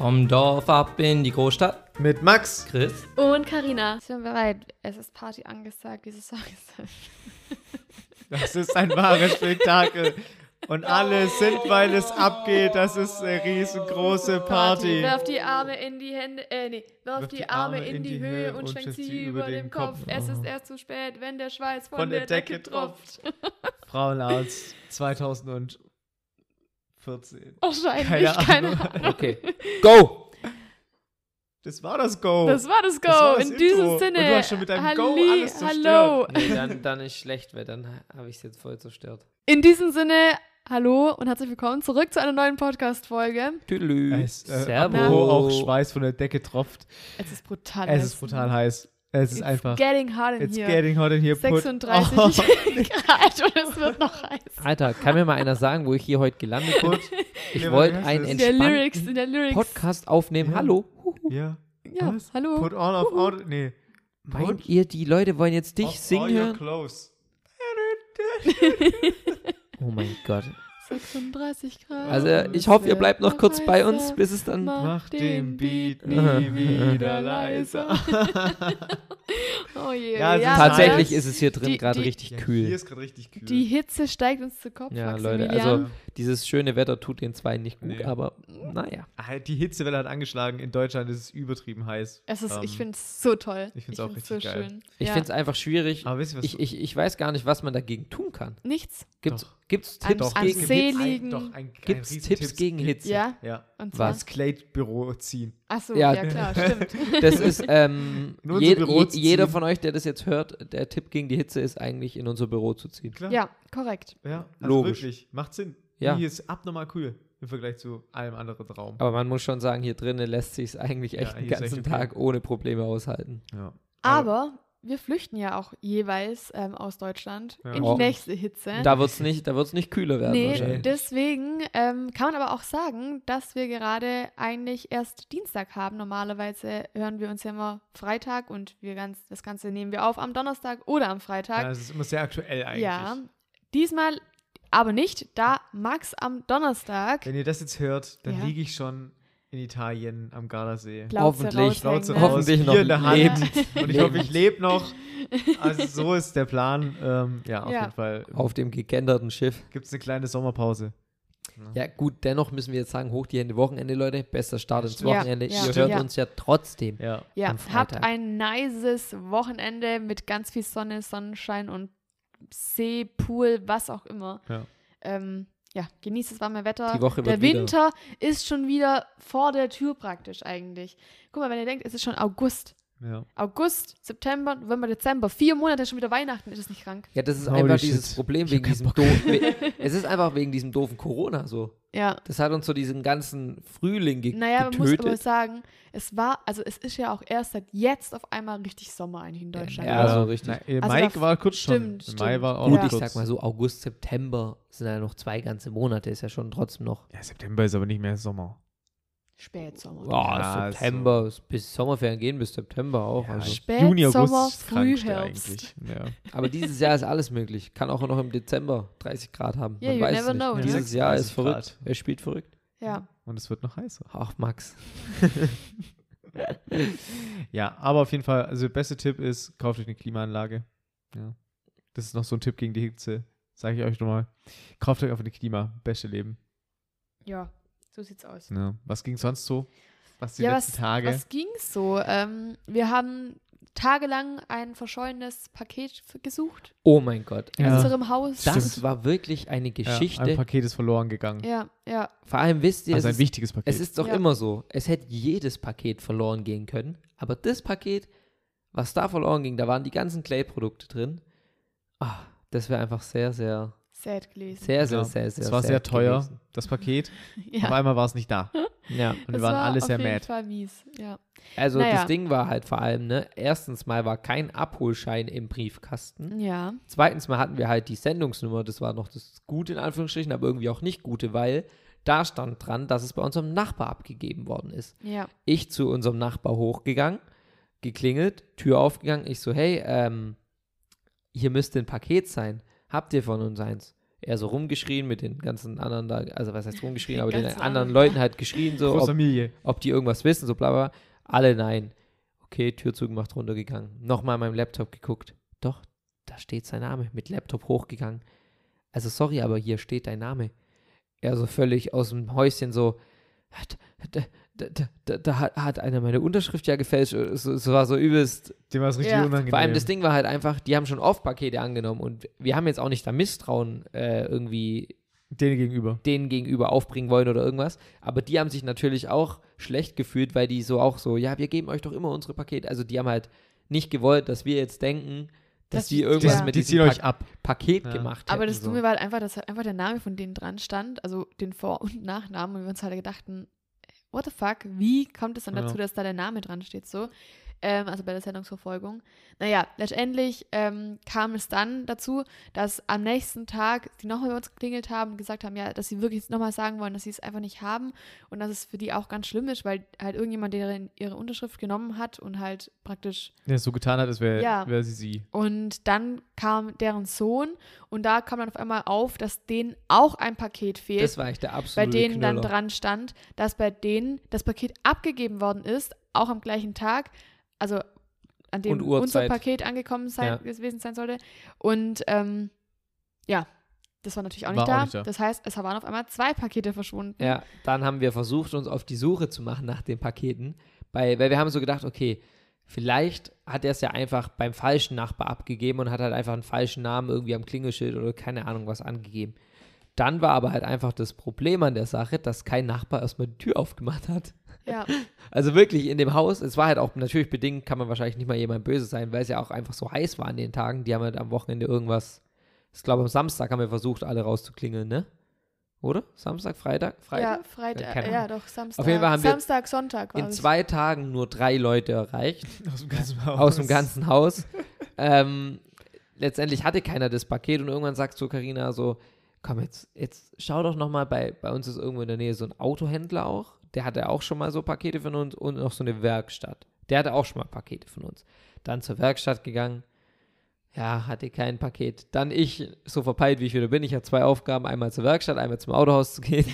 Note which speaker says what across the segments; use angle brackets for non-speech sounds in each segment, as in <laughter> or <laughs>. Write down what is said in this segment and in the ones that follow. Speaker 1: Vom Dorf ab in die Großstadt.
Speaker 2: Mit Max.
Speaker 1: Chris.
Speaker 3: Und Karina.
Speaker 4: Ich bin bereit. Es ist Party angesagt. Diese Song ist
Speaker 2: Das ist ein wahres Spektakel. Und alle sind, weil es abgeht. Das ist eine riesengroße Party.
Speaker 3: Werf die Arme in die Hände, äh, nee, werf, die, Arme in die, Höhe und schwenkt sie über den Kopf. Es ist erst zu spät, wenn der Schweiß von, der, Decke tropft.
Speaker 2: Frauenarzt 2014.
Speaker 4: <laughs> wahrscheinlich.
Speaker 2: Keine
Speaker 4: Keine
Speaker 2: Ahnung.
Speaker 4: Ahnung.
Speaker 2: <laughs>
Speaker 1: Okay. Go!
Speaker 2: Das war das Go.
Speaker 4: Das war das Go.
Speaker 2: Oh. Das war das
Speaker 4: In
Speaker 2: Intro.
Speaker 4: diesem
Speaker 2: Und
Speaker 4: Sinne.
Speaker 2: du hast schon mit deinem Go
Speaker 4: Halli-
Speaker 2: alles zerstört.
Speaker 4: Hallo.
Speaker 1: Nee, dann, dann ist schlecht, weil dann habe ich es jetzt voll zerstört.
Speaker 4: In diesem Sinne, hallo und herzlich willkommen zurück zu einer neuen Podcast-Folge.
Speaker 1: Tüdelü.
Speaker 2: Es, äh, Wo auch
Speaker 1: Servus.
Speaker 2: Schweiß von der Decke tropft.
Speaker 4: Es ist brutal.
Speaker 2: Es ist brutal heiß. Es ist
Speaker 4: It's
Speaker 2: einfach.
Speaker 4: getting hard in
Speaker 2: It's
Speaker 4: here.
Speaker 2: getting hot in here. put-
Speaker 4: 36
Speaker 2: Oh.
Speaker 4: <laughs> Grad und es wird noch heiß.
Speaker 1: Alter, kann mir mal einer sagen, wo ich hier heute gelandet bin?
Speaker 2: Gut.
Speaker 1: Ich
Speaker 2: Ja,
Speaker 1: wollte
Speaker 2: was
Speaker 1: einen
Speaker 2: ist-
Speaker 4: In der Lyrics,
Speaker 1: entspannten
Speaker 4: in der Lyrics.
Speaker 1: Podcast aufnehmen.
Speaker 2: Ja.
Speaker 1: Hallo.
Speaker 2: Ja.
Speaker 4: ja,
Speaker 2: Was?
Speaker 4: hallo.
Speaker 2: Put all of out. Nee.
Speaker 1: Meint ihr, die Leute wollen jetzt dich
Speaker 2: Off all
Speaker 1: singen
Speaker 2: your
Speaker 1: hören?
Speaker 2: clothes.
Speaker 1: Oh mein Gott.
Speaker 4: 36 Grad.
Speaker 1: Also
Speaker 2: Ja,
Speaker 1: ich hoffe, ihr
Speaker 2: das
Speaker 1: bleibt noch
Speaker 4: wär-
Speaker 1: kurz bei
Speaker 4: Scheiße.
Speaker 1: uns, bis es dann...
Speaker 2: Mach den Beat nie
Speaker 1: Aha.
Speaker 2: <laughs>
Speaker 4: <laughs>
Speaker 2: wieder leiser.
Speaker 4: Oh je.
Speaker 2: Ja, es ist
Speaker 1: Tatsächlich
Speaker 2: Ja,
Speaker 1: ist es hier drin
Speaker 4: die-
Speaker 1: gerade
Speaker 4: die-
Speaker 1: richtig
Speaker 2: Ja, Hier
Speaker 1: kühl.
Speaker 2: ist gerade richtig kühl.
Speaker 4: Die Hitze steigt uns zu Kopf.
Speaker 1: Ja,
Speaker 4: Maximilian.
Speaker 1: Leute, also dieses schöne Wetter tut den zwei nicht gut,
Speaker 2: Nee.
Speaker 1: aber naja.
Speaker 2: Ah, die Hitzewelle hat angeschlagen. In Deutschland ist es übertrieben heiß.
Speaker 4: Es ist,
Speaker 2: Ähm,
Speaker 4: ich finde es so toll.
Speaker 2: ich find's auch richtig geil.
Speaker 4: Schön.
Speaker 1: Ich
Speaker 4: ja.
Speaker 1: finde es einfach schwierig.
Speaker 2: Aber wisst ihr was?
Speaker 1: Ich, ich, ich weiß gar nicht, was man dagegen tun kann.
Speaker 4: Nichts.
Speaker 1: Gibt's,
Speaker 2: Doch.
Speaker 1: gibt's
Speaker 4: Am-
Speaker 1: Tipps
Speaker 4: am
Speaker 1: gegen
Speaker 4: See
Speaker 1: Hitze?
Speaker 4: liegen.
Speaker 2: Ein- doch, ein, ein
Speaker 1: Gibt's
Speaker 2: riesen
Speaker 1: Tipps
Speaker 2: Tipps
Speaker 1: gegen Hitze?
Speaker 4: Ja.
Speaker 2: Ja.
Speaker 4: Und zwar.
Speaker 2: Ins Kleidbüro ziehen.
Speaker 4: Achso,
Speaker 1: Ja. <laughs>
Speaker 4: ja. klar, stimmt.
Speaker 1: Das ist,
Speaker 2: <laughs>
Speaker 1: ähm,
Speaker 2: In unser
Speaker 1: jed-
Speaker 2: Büro
Speaker 1: je,
Speaker 2: zu
Speaker 1: jeder
Speaker 2: ziehen.
Speaker 1: von euch, der das jetzt hört, der Tipp gegen die Hitze ist eigentlich, in unser Büro zu ziehen.
Speaker 2: Klar.
Speaker 4: Ja, korrekt.
Speaker 2: ja also
Speaker 1: Logisch.
Speaker 2: Wirklich. Macht Sinn.
Speaker 1: Ja.
Speaker 2: Hier ist abnormal kühl im Vergleich zu allem anderen Raum.
Speaker 1: Aber man muss schon sagen, hier drinnen lässt sich es eigentlich
Speaker 2: Ja,
Speaker 1: echt den
Speaker 2: hier ist echt
Speaker 1: ganzen
Speaker 2: okay.
Speaker 1: Tag ohne Probleme aushalten.
Speaker 2: Ja.
Speaker 4: Aber wir flüchten ja auch jeweils ähm, aus Deutschland
Speaker 2: Ja.
Speaker 4: in die
Speaker 1: Oh.
Speaker 4: nächste Hitze.
Speaker 1: Da wird's nicht, da wird's nicht kühler werden
Speaker 4: Nee,
Speaker 1: wahrscheinlich.
Speaker 4: deswegen ähm, kann man aber auch sagen, dass wir gerade eigentlich erst Dienstag haben. Normalerweise hören wir uns ja immer Freitag und wir ganz, das Ganze nehmen wir auf am Donnerstag oder am Freitag.
Speaker 2: Ja, es ist immer sehr aktuell eigentlich.
Speaker 4: Ja, diesmal aber nicht, da Max am Donnerstag
Speaker 2: Wenn ihr das jetzt hört, dann
Speaker 4: Ja.
Speaker 2: liege ich schon in Italien am Gardasee.
Speaker 4: Plauze
Speaker 1: Hoffentlich.
Speaker 4: raushängen
Speaker 2: Plauze
Speaker 4: lässt.
Speaker 2: raus,
Speaker 1: Hoffentlich noch
Speaker 2: Bier in der Hand.
Speaker 1: lebend.
Speaker 2: Und ich
Speaker 1: Lebend.
Speaker 2: hoffe, ich lebe noch. Also
Speaker 1: <laughs>
Speaker 2: so ist der Plan. Ähm, ja, auf
Speaker 4: Ja.
Speaker 2: jeden Fall
Speaker 1: Auf dem gekenderten Schiff.
Speaker 2: gibt es eine kleine Sommerpause.
Speaker 1: Ja, gut, dennoch müssen wir jetzt sagen, hoch die Hände Wochenende, Leute. Bester Start ins
Speaker 4: Stimmt. Ja,
Speaker 1: Wochenende.
Speaker 4: ja.
Speaker 1: Ihr
Speaker 2: Stimmt.
Speaker 1: hört
Speaker 4: Ja.
Speaker 1: uns ja trotzdem.
Speaker 2: Ja.
Speaker 4: Ja,
Speaker 1: am
Speaker 4: habt
Speaker 1: Freitag.
Speaker 4: ein nices Wochenende mit ganz viel Sonne, Sonnenschein und See, Pool, was auch immer.
Speaker 2: Ja.
Speaker 4: Ähm, ja, genießt das warme Wetter.
Speaker 1: Die Woche
Speaker 4: der
Speaker 1: wird wieder.
Speaker 4: Winter ist schon wieder vor der Tür praktisch eigentlich. Guck mal, wenn ihr denkt, es ist schon August.
Speaker 2: ja.
Speaker 4: August, September, November, Dezember. Vier Monate schon wieder Weihnachten. Ist das nicht krank?
Speaker 1: Ja, das ist
Speaker 2: Holy
Speaker 1: einfach
Speaker 2: shit.
Speaker 1: dieses Problem
Speaker 2: Ich hab
Speaker 1: wegen
Speaker 2: keinen
Speaker 1: diesem doofen. we- <laughs> es ist einfach wegen diesem doofen Corona so.
Speaker 4: Ja.
Speaker 1: Das hat uns so diesen ganzen Frühling ge
Speaker 4: Naja, man muss aber
Speaker 1: getötet.
Speaker 4: sagen, es war, also es ist ja auch erst seit jetzt auf einmal richtig Sommer eigentlich in Deutschland.
Speaker 1: Ja, so richtig.
Speaker 2: Na, äh,
Speaker 4: Also
Speaker 2: Mike
Speaker 4: da-
Speaker 2: war kurz schon.
Speaker 4: stimmt,
Speaker 2: Im Mai
Speaker 4: stimmt.
Speaker 2: war auch
Speaker 1: Gut,
Speaker 4: Ja.
Speaker 1: ich
Speaker 2: kurz.
Speaker 1: sag mal so, August, September sind ja noch zwei ganze Monate, ist ja schon trotzdem noch.
Speaker 2: Ja, September ist aber nicht mehr Sommer.
Speaker 4: Spätsommer.
Speaker 1: Boah,
Speaker 2: Ja,
Speaker 1: September, ist- bis Sommerferien gehen, bis September auch. Also.
Speaker 4: Spät,
Speaker 2: Juni, August
Speaker 4: Sommer,
Speaker 2: ist krank der
Speaker 4: Frühherbst.
Speaker 2: eigentlich. Ja.
Speaker 1: Aber dieses Jahr ist alles möglich. Kann auch noch im Dezember 30 Grad haben.
Speaker 4: Yeah,
Speaker 1: Man
Speaker 4: you
Speaker 1: weiß
Speaker 4: never
Speaker 1: nicht.
Speaker 4: know, ne?
Speaker 1: Dieses Jahr ist
Speaker 2: 36
Speaker 1: verrückt.
Speaker 2: Grad.
Speaker 1: Er spielt verrückt.
Speaker 4: Ja.
Speaker 2: Und es wird noch heißer.
Speaker 1: Ach, Max.
Speaker 2: <laughs> Ja, aber auf jeden Fall, also der beste Tipp ist, kauft euch eine Klimaanlage. Ja. Das ist noch so ein Tipp gegen die Hitze. Sage ich euch nochmal. Kauft euch einfach eine Klima. Beste Leben.
Speaker 4: Ja, so sieht's aus.
Speaker 2: Ja. Was ging sonst so? Was die
Speaker 4: ja,
Speaker 2: letzten
Speaker 4: was,
Speaker 2: Tage?
Speaker 4: was ging's so? Ähm, wir haben tagelang ein verschollenes Paket f- gesucht
Speaker 1: Oh mein Gott.
Speaker 4: in
Speaker 2: Ja.
Speaker 4: unserem Haus.
Speaker 1: Das
Speaker 2: Stimmt.
Speaker 1: war wirklich eine Geschichte.
Speaker 2: Ja, ein Paket ist verloren gegangen.
Speaker 4: ja, ja,
Speaker 1: Vor allem wisst ihr,
Speaker 2: also
Speaker 1: es,
Speaker 2: ein
Speaker 1: ist,
Speaker 2: wichtiges Paket.
Speaker 1: es ist doch
Speaker 4: Ja.
Speaker 1: immer so. Es hätte jedes Paket verloren gehen können. Aber das Paket, was da verloren ging, da waren die ganzen Clay-Produkte drin. Ah, das wäre einfach sehr, sehr,
Speaker 4: sad gewesen.
Speaker 1: sehr, sehr,
Speaker 2: Ja.
Speaker 1: sehr, sehr.
Speaker 2: es war sehr
Speaker 1: sad
Speaker 2: teuer,
Speaker 1: gewesen.
Speaker 2: das Paket. Auf
Speaker 4: <laughs> ja.
Speaker 2: einmal war es nicht da.
Speaker 1: Ja.
Speaker 2: Und wir
Speaker 4: Das
Speaker 2: waren
Speaker 4: war
Speaker 2: alle
Speaker 4: auf
Speaker 2: sehr
Speaker 4: jeden
Speaker 2: mad.
Speaker 4: Fall mies. Ja.
Speaker 1: Also
Speaker 4: Naja.
Speaker 1: das Ding war halt vor allem, ne, erstens mal war kein Abholschein im Briefkasten.
Speaker 4: ja,
Speaker 1: Zweitens mal hatten wir halt die Sendungsnummer, das war noch das Gute in Anführungsstrichen, aber irgendwie auch nicht Gute, weil da stand dran, dass es bei unserem Nachbar abgegeben worden ist.
Speaker 4: ja,
Speaker 1: Ich zu unserem Nachbar hochgegangen, geklingelt, Tür aufgegangen, ich so, hey, ähm, hier müsste ein Paket sein. Habt ihr von uns eins? eher so rumgeschrien mit den ganzen anderen da, also was heißt rumgeschrien, aber den
Speaker 3: Ganz
Speaker 1: anderen
Speaker 3: anderen.
Speaker 1: Leuten halt geschrien, so,
Speaker 2: Große
Speaker 1: ob,
Speaker 2: Familie.
Speaker 1: ob die irgendwas wissen, so bla bla. bla. Alle nein. Okay, Tür zugemacht, runtergegangen. Nochmal an meinem Laptop geguckt. Doch, da steht sein Name. Mit Laptop hochgegangen. Also sorry, aber hier steht dein Name. Er so völlig aus dem Häuschen so, da, da, da, da, da hat, hat einer meine Unterschrift ja gefälscht. Es, es war so übelst
Speaker 2: Dem war es richtig
Speaker 4: Ja.
Speaker 2: unangenehm.
Speaker 1: vor allem das Ding war halt einfach, die haben schon oft Pakete angenommen und wir haben jetzt auch nicht da Misstrauen äh, irgendwie
Speaker 2: Denen gegenüber.
Speaker 1: denen gegenüber aufbringen wollen oder irgendwas. Aber die haben sich natürlich auch schlecht gefühlt, weil die so auch so, ja, wir geben euch doch immer unsere Pakete. Also die haben halt nicht gewollt, dass wir jetzt denken, dass
Speaker 4: Dass
Speaker 1: die
Speaker 4: die-
Speaker 1: irgendwas
Speaker 4: ja.
Speaker 1: mit
Speaker 2: die ziehen
Speaker 1: diesem
Speaker 2: euch
Speaker 1: pa
Speaker 2: ab.
Speaker 1: Paket
Speaker 2: Ja.
Speaker 1: gemacht haben.
Speaker 4: Aber das
Speaker 1: so.
Speaker 4: Dumme war halt einfach, dass halt einfach der Name von denen dran stand, also den Vor- und Nachnamen. Und wir uns halt gedachten, what the fuck, wie kommt es dann
Speaker 2: Ja.
Speaker 4: dazu, dass da der Name dran steht so? Ähm, also bei der Sendungsverfolgung. Naja, letztendlich ähm, kam es dann dazu, dass am nächsten Tag die nochmal bei uns geklingelt haben und gesagt haben, ja, dass sie wirklich nochmal sagen wollen, dass sie es einfach nicht haben und dass es für die auch ganz schlimm ist, weil halt irgendjemand deren ihre Unterschrift genommen hat und halt praktisch
Speaker 2: Der so getan hat, als wäre
Speaker 4: Ja.
Speaker 2: wär sie sie. <laughs>
Speaker 4: und dann kam deren Sohn und da kam dann auf einmal auf, dass denen auch ein Paket fehlt,
Speaker 1: das war echt der absolute
Speaker 4: bei denen dann
Speaker 1: Knüller.
Speaker 4: dran stand, dass bei denen das Paket abgegeben worden ist, auch am gleichen Tag, also an dem
Speaker 1: Und
Speaker 4: unser
Speaker 1: Uhrzeit.
Speaker 4: Paket angekommen sein,
Speaker 1: Ja.
Speaker 4: gewesen sein sollte. Und ähm, ja, das war natürlich auch nicht,
Speaker 2: War auch
Speaker 4: da.
Speaker 2: nicht da.
Speaker 4: Das heißt, es waren auf einmal zwei Pakete verschwunden.
Speaker 1: Ja, dann haben wir versucht, uns auf die Suche zu machen nach den Paketen, weil, weil wir haben so gedacht, okay, vielleicht hat er es ja einfach beim falschen Nachbar abgegeben und hat halt einfach einen falschen Namen irgendwie am Klingelschild oder keine Ahnung was angegeben. Dann war aber halt einfach das Problem an der Sache, dass kein Nachbar erstmal die Tür aufgemacht hat.
Speaker 4: Ja.
Speaker 1: <laughs> Also wirklich in dem Haus, es war halt auch natürlich bedingt, kann man wahrscheinlich nicht mal jemand böse sein, weil es ja auch einfach so heiß war an den Tagen. Die haben halt am Wochenende irgendwas, ich glaube am Samstag haben wir versucht, alle rauszuklingeln, ne? Oder? Samstag, Freitag? Freitag?
Speaker 4: Ja, Freitag,
Speaker 1: Keine
Speaker 4: ja, doch, Samstag.
Speaker 1: Auf jeden Fall haben wir
Speaker 4: Samstag, Sonntag war
Speaker 1: in
Speaker 4: es.
Speaker 1: zwei Tagen nur drei Leute erreicht
Speaker 2: Aus dem ganzen Haus.
Speaker 1: aus dem ganzen Haus. ähm, letztendlich hatte keiner das Paket und irgendwann sagt so Karina so, komm jetzt, jetzt schau doch noch mal bei bei uns ist irgendwo in der Nähe so ein Autohändler auch, der hatte auch schon mal so Pakete von uns und noch so eine Werkstatt. Der hatte auch schon mal Pakete von uns. Dann zur Werkstatt gegangen. Ja, hatte kein Paket. Dann ich, so verpeilt wie ich wieder bin, ich hatte zwei Aufgaben, einmal zur Werkstatt, einmal zum Autohaus zu gehen.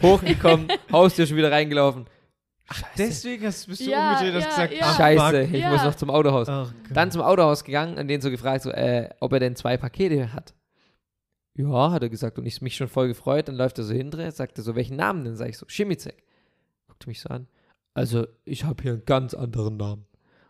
Speaker 1: Hochgekommen, Haustür schon wieder reingelaufen. Ach, Scheiße,
Speaker 2: Deswegen hast, bist du
Speaker 4: Ja,
Speaker 2: umgedreht und hast
Speaker 4: ja,
Speaker 2: gesagt,
Speaker 4: ja.
Speaker 2: ah,
Speaker 1: Scheiße
Speaker 2: fuck.
Speaker 1: ich
Speaker 4: Ja.
Speaker 1: muss noch zum Autohaus.
Speaker 2: Ach, Oh
Speaker 4: Genau.
Speaker 2: Gott.
Speaker 1: Dann zum Autohaus gegangen und den so gefragt, so, äh, ob er denn zwei Pakete hat. Ja, hat er gesagt und ich mich schon voll gefreut. Dann läuft er so hinterher, sagt er so, welchen Namen denn? Sag ich so, Schimizek. Guckt mich so an. Also, ich habe hier einen ganz anderen Namen.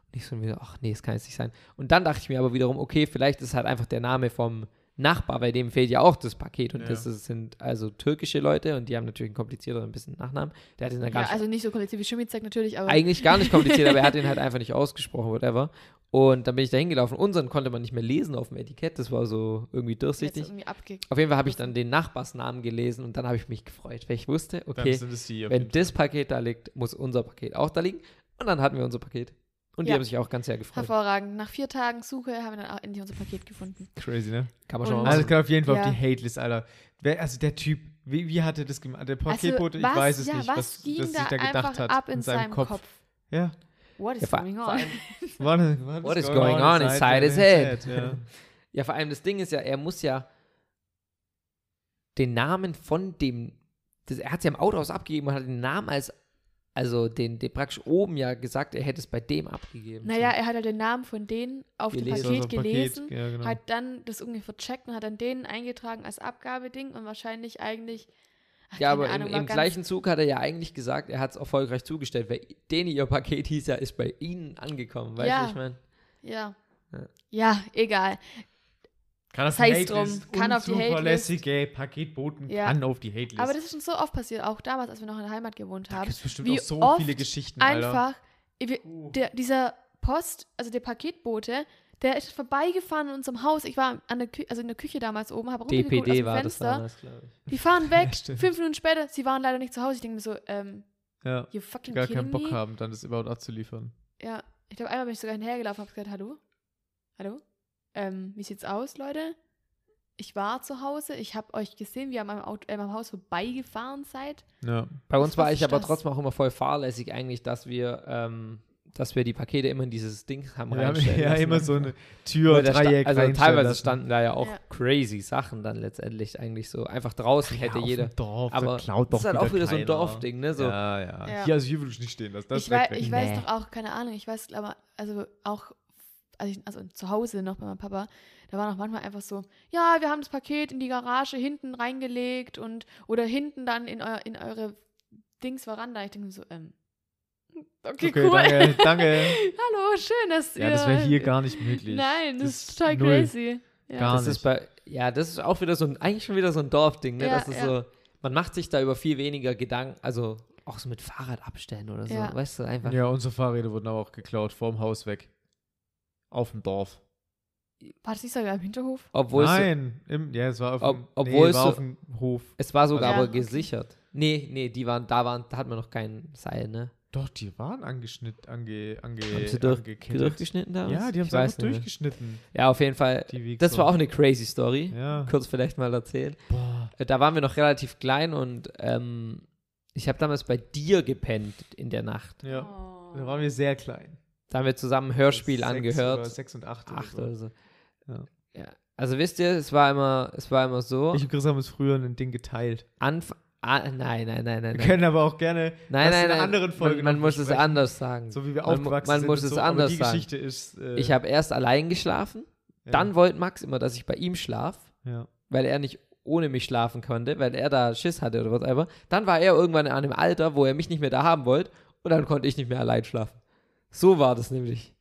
Speaker 1: Und ich so wieder, ach nee, das kann jetzt nicht sein. Und dann dachte ich mir aber wiederum, okay, vielleicht ist halt einfach der Name vom Nachbar, bei dem fehlt ja auch das Paket. Und
Speaker 2: Ja.
Speaker 1: das ist, sind also türkische Leute und die haben natürlich einen komplizierteren bisschen Nachnamen. Der hat den dann gar
Speaker 4: ja,
Speaker 1: nicht
Speaker 4: also nicht so kollektiv wie Schimizek natürlich, aber
Speaker 1: eigentlich gar nicht kompliziert, aber er hat ihn halt einfach nicht ausgesprochen, whatever. Und dann bin ich da hingelaufen. Unseren konnte man nicht mehr lesen auf dem Etikett. Das war so irgendwie
Speaker 4: jetzt
Speaker 1: durchsichtig.
Speaker 4: irgendwie abge
Speaker 1: Auf jeden Fall habe ich dann den Nachbarsnamen gelesen und dann habe ich mich gefreut, weil ich wusste,
Speaker 2: Dann
Speaker 1: okay,
Speaker 2: sind es die. auf
Speaker 1: wenn
Speaker 2: jeden
Speaker 1: das Paket da liegt, muss unser Paket auch da liegen. Und dann hatten wir unser Paket. Und die
Speaker 4: Ja.
Speaker 1: haben sich auch ganz sehr gefreut.
Speaker 4: Hervorragend. Nach vier Tagen Suche haben wir dann auch endlich unser Paket gefunden.
Speaker 2: Fall. Crazy, ne?
Speaker 1: Kann man schon mal
Speaker 4: Und-
Speaker 1: machen.
Speaker 2: Also, klar, auf jeden Fall
Speaker 4: Ja.
Speaker 2: auf die Hate-List, Alter. Wer, also, der Typ, wie, wie hat er das gemacht? Der Paketbote, ich
Speaker 4: Also was-
Speaker 2: weiß es
Speaker 4: ja,
Speaker 2: nicht,
Speaker 4: was
Speaker 2: was,
Speaker 4: ging
Speaker 2: was sich
Speaker 4: da
Speaker 2: da gedacht
Speaker 4: einfach
Speaker 2: hat
Speaker 4: ab in
Speaker 2: in seinem Kopf. Ja.
Speaker 4: What is
Speaker 1: Ja, vor-
Speaker 4: going
Speaker 1: vor
Speaker 4: on?
Speaker 1: allem-
Speaker 2: What, what
Speaker 1: What is going on inside his head?
Speaker 2: Ja.
Speaker 1: Ja, vor allem das Ding ist ja, er muss ja den Namen von dem, das, er hat es ja im Autohaus abgegeben und hat den Namen als, also den, den praktisch oben ja gesagt, er hätte es bei dem abgegeben.
Speaker 4: Naja, er hat halt den Namen von denen auf dem
Speaker 1: Gelesen.
Speaker 4: Paket
Speaker 2: Also Paket,
Speaker 4: gelesen,
Speaker 2: ja, genau.
Speaker 4: hat dann das irgendwie vercheckt und hat dann denen eingetragen als Abgabeding und wahrscheinlich eigentlich. Ach,
Speaker 1: ja,
Speaker 4: keine
Speaker 1: aber
Speaker 4: Ahnung,
Speaker 1: im,
Speaker 4: war
Speaker 1: im
Speaker 4: ganz-
Speaker 1: gleichen Zug hat er ja eigentlich gesagt, er hat es erfolgreich zugestellt, weil denen ihr Paket hieß ja, ist bei ihnen angekommen, weißt du,
Speaker 4: Ja.
Speaker 1: ich meine.
Speaker 4: Ja.
Speaker 1: Ja.
Speaker 4: Ja, egal.
Speaker 2: Kann auf
Speaker 4: Sei
Speaker 2: die
Speaker 4: es drum,
Speaker 2: Hate-List.
Speaker 4: kann auf die Hate-List.
Speaker 2: Unzuverlässige Paketboten
Speaker 4: Ja.
Speaker 2: kann auf die Hate-List.
Speaker 4: Aber das ist schon so oft passiert, auch damals, als wir noch in der Heimat gewohnt
Speaker 2: da
Speaker 4: haben.
Speaker 2: gibt's bestimmt
Speaker 4: wie
Speaker 2: auch so
Speaker 4: oft
Speaker 2: viele Geschichten, Alter.
Speaker 4: Einfach, wir-
Speaker 2: Puh.
Speaker 4: der, dieser Post, also der Paketbote, der ist vorbeigefahren in unserem Haus. Ich war an der Kü also in der Küche damals oben, habe runtergeguckt aus
Speaker 1: DPD
Speaker 4: dem
Speaker 1: war das ne?
Speaker 4: Fenster.
Speaker 1: damals, glaube ich.
Speaker 4: Die fahren
Speaker 1: <laughs>
Speaker 4: weg.
Speaker 2: stimmt.
Speaker 4: Fünf Minuten später, sie waren leider nicht zu Hause. Ich denke mir so, ähm,
Speaker 2: Ja.
Speaker 4: you fucking
Speaker 2: Gar
Speaker 4: kidding
Speaker 2: keinen Bock
Speaker 4: me?
Speaker 2: haben, dann das überhaupt abzuliefern.
Speaker 4: Ja, ich glaube, einmal bin ich sogar hinterhergelaufen und habe gesagt, hallo? Hallo? Ähm, wie sieht's aus, Leute? Ich war zu Hause, ich habe euch gesehen, wie ihr an meinem, Auto, äh, meinem Haus vorbeigefahren seid.
Speaker 2: Ja.
Speaker 1: Bei uns
Speaker 4: Was
Speaker 1: war
Speaker 4: ist
Speaker 1: ich aber
Speaker 4: das?
Speaker 1: trotzdem auch immer voll fahrlässig eigentlich, dass wir ähm, dass wir die Pakete immer in dieses Ding haben
Speaker 2: Wir haben
Speaker 1: reinstellen
Speaker 2: <laughs> ja
Speaker 1: lassen. ne?
Speaker 2: immer so eine
Speaker 1: Weil
Speaker 2: Tür,
Speaker 1: da sta-
Speaker 2: Dreieck
Speaker 1: Also
Speaker 2: reinstellen
Speaker 1: teilweise
Speaker 2: lassen.
Speaker 1: standen da ja auch
Speaker 4: Ja.
Speaker 1: crazy Sachen dann letztendlich eigentlich so. Einfach draußen hätte
Speaker 2: ja, auf
Speaker 1: jeder.
Speaker 2: dem Dorf, da
Speaker 1: halt Aber
Speaker 2: klaut
Speaker 1: das ist
Speaker 2: doch
Speaker 1: halt auch wieder so ein
Speaker 2: keiner.
Speaker 1: Dorfding, ne? So,
Speaker 2: Ja, ja,
Speaker 4: Ja.
Speaker 2: Hier also hier würde ich nicht stehen lassen. Das
Speaker 4: ich,
Speaker 2: ist
Speaker 4: wei
Speaker 2: weg, weg.
Speaker 4: ich weiß
Speaker 1: Nee.
Speaker 4: doch auch, keine Ahnung, ich weiß, aber also auch, also, ich, also zu Hause noch bei meinem Papa, da war noch manchmal einfach so, ja, wir haben das Paket in die Garage hinten reingelegt und oder hinten dann in, eu in eure Dings Veranda. Ich denke mir so, ähm, okay,
Speaker 2: okay,
Speaker 4: cool.
Speaker 2: danke, danke.
Speaker 4: <laughs> Hallo, schön, dass
Speaker 2: Ja,
Speaker 4: ihr.
Speaker 2: das wäre
Speaker 4: <laughs>
Speaker 2: hier gar nicht möglich.
Speaker 4: Nein, das,
Speaker 2: Das
Speaker 4: ist total
Speaker 2: null.
Speaker 4: crazy. Ja.
Speaker 2: Gar
Speaker 1: das ist bei, ja, das ist auch wieder so ein, eigentlich schon wieder so ein Dorfding, ne?
Speaker 4: Ja,
Speaker 1: das ist
Speaker 4: ja.
Speaker 1: so, man macht sich da über viel weniger Gedanken, also auch so mit Fahrrad abstellen oder so,
Speaker 4: Ja.
Speaker 1: weißt du, einfach.
Speaker 2: Ja, unsere Fahrräder wurden aber auch geklaut, vorm Haus weg. Auf dem Dorf.
Speaker 4: War das nicht sogar im Hinterhof?
Speaker 1: Obwohl es,
Speaker 2: Nein, im, ja, es war auf
Speaker 1: Ob-
Speaker 2: dem,
Speaker 1: obwohl
Speaker 2: nee,
Speaker 1: es
Speaker 2: war
Speaker 1: so-
Speaker 2: auf dem Hof.
Speaker 1: es war sogar
Speaker 4: Ja,
Speaker 1: aber
Speaker 4: okay.
Speaker 1: gesichert. Nee, nee, die waren, da waren, da hat man noch kein Seil, ne?
Speaker 2: Doch, die waren angeschnitten, ange, ange,
Speaker 1: Haben sie durch,
Speaker 2: angekettet.
Speaker 1: durchgeschnitten da?
Speaker 2: Ja, die
Speaker 1: Ich
Speaker 2: haben es
Speaker 1: weiß
Speaker 2: einfach
Speaker 1: nicht mehr.
Speaker 2: durchgeschnitten.
Speaker 1: Ja, auf jeden Fall.
Speaker 2: Die Wichser.
Speaker 1: Das war auch eine crazy Story.
Speaker 2: Ja.
Speaker 1: Kurz vielleicht mal erzählen.
Speaker 2: Boah.
Speaker 1: Äh, Da waren wir noch relativ klein und ähm, ich habe damals bei dir gepennt in der Nacht.
Speaker 2: Ja,
Speaker 4: Oh.
Speaker 2: da waren wir sehr klein.
Speaker 1: Da haben wir zusammen ein Hörspiel
Speaker 2: Sechs Oder
Speaker 1: angehört.
Speaker 2: sechs und acht. oder
Speaker 1: Acht
Speaker 2: so.
Speaker 1: oder so.
Speaker 2: Ja.
Speaker 1: Ja. Also wisst ihr, es war immer, es war immer so.
Speaker 2: Ich und Chris haben uns früher ein Ding geteilt.
Speaker 1: Anf ah, nein, nein, nein, nein.
Speaker 2: Wir
Speaker 1: Nein,
Speaker 2: können aber auch gerne
Speaker 1: nein,
Speaker 2: das in
Speaker 1: nein.
Speaker 2: einer
Speaker 1: nein.
Speaker 2: anderen Folge
Speaker 1: man man
Speaker 2: noch
Speaker 1: muss es
Speaker 2: besprechen.
Speaker 1: anders sagen.
Speaker 2: So wie wir
Speaker 1: Man mu-
Speaker 2: aufgewachsen
Speaker 1: man
Speaker 2: sind.
Speaker 1: muss
Speaker 2: und
Speaker 1: es
Speaker 2: so,
Speaker 1: anders
Speaker 2: aber die
Speaker 1: sagen.
Speaker 2: Geschichte ist. Äh,
Speaker 1: Ich habe erst allein geschlafen.
Speaker 2: ja,
Speaker 1: Dann wollte Max immer, dass ich bei ihm schlaf.
Speaker 2: Ja.
Speaker 1: weil er nicht ohne mich schlafen konnte, weil er da Schiss hatte oder whatever. Dann war er irgendwann an einem Alter, wo er mich nicht mehr da haben wollte und dann konnte ich nicht mehr allein schlafen. So war das nämlich.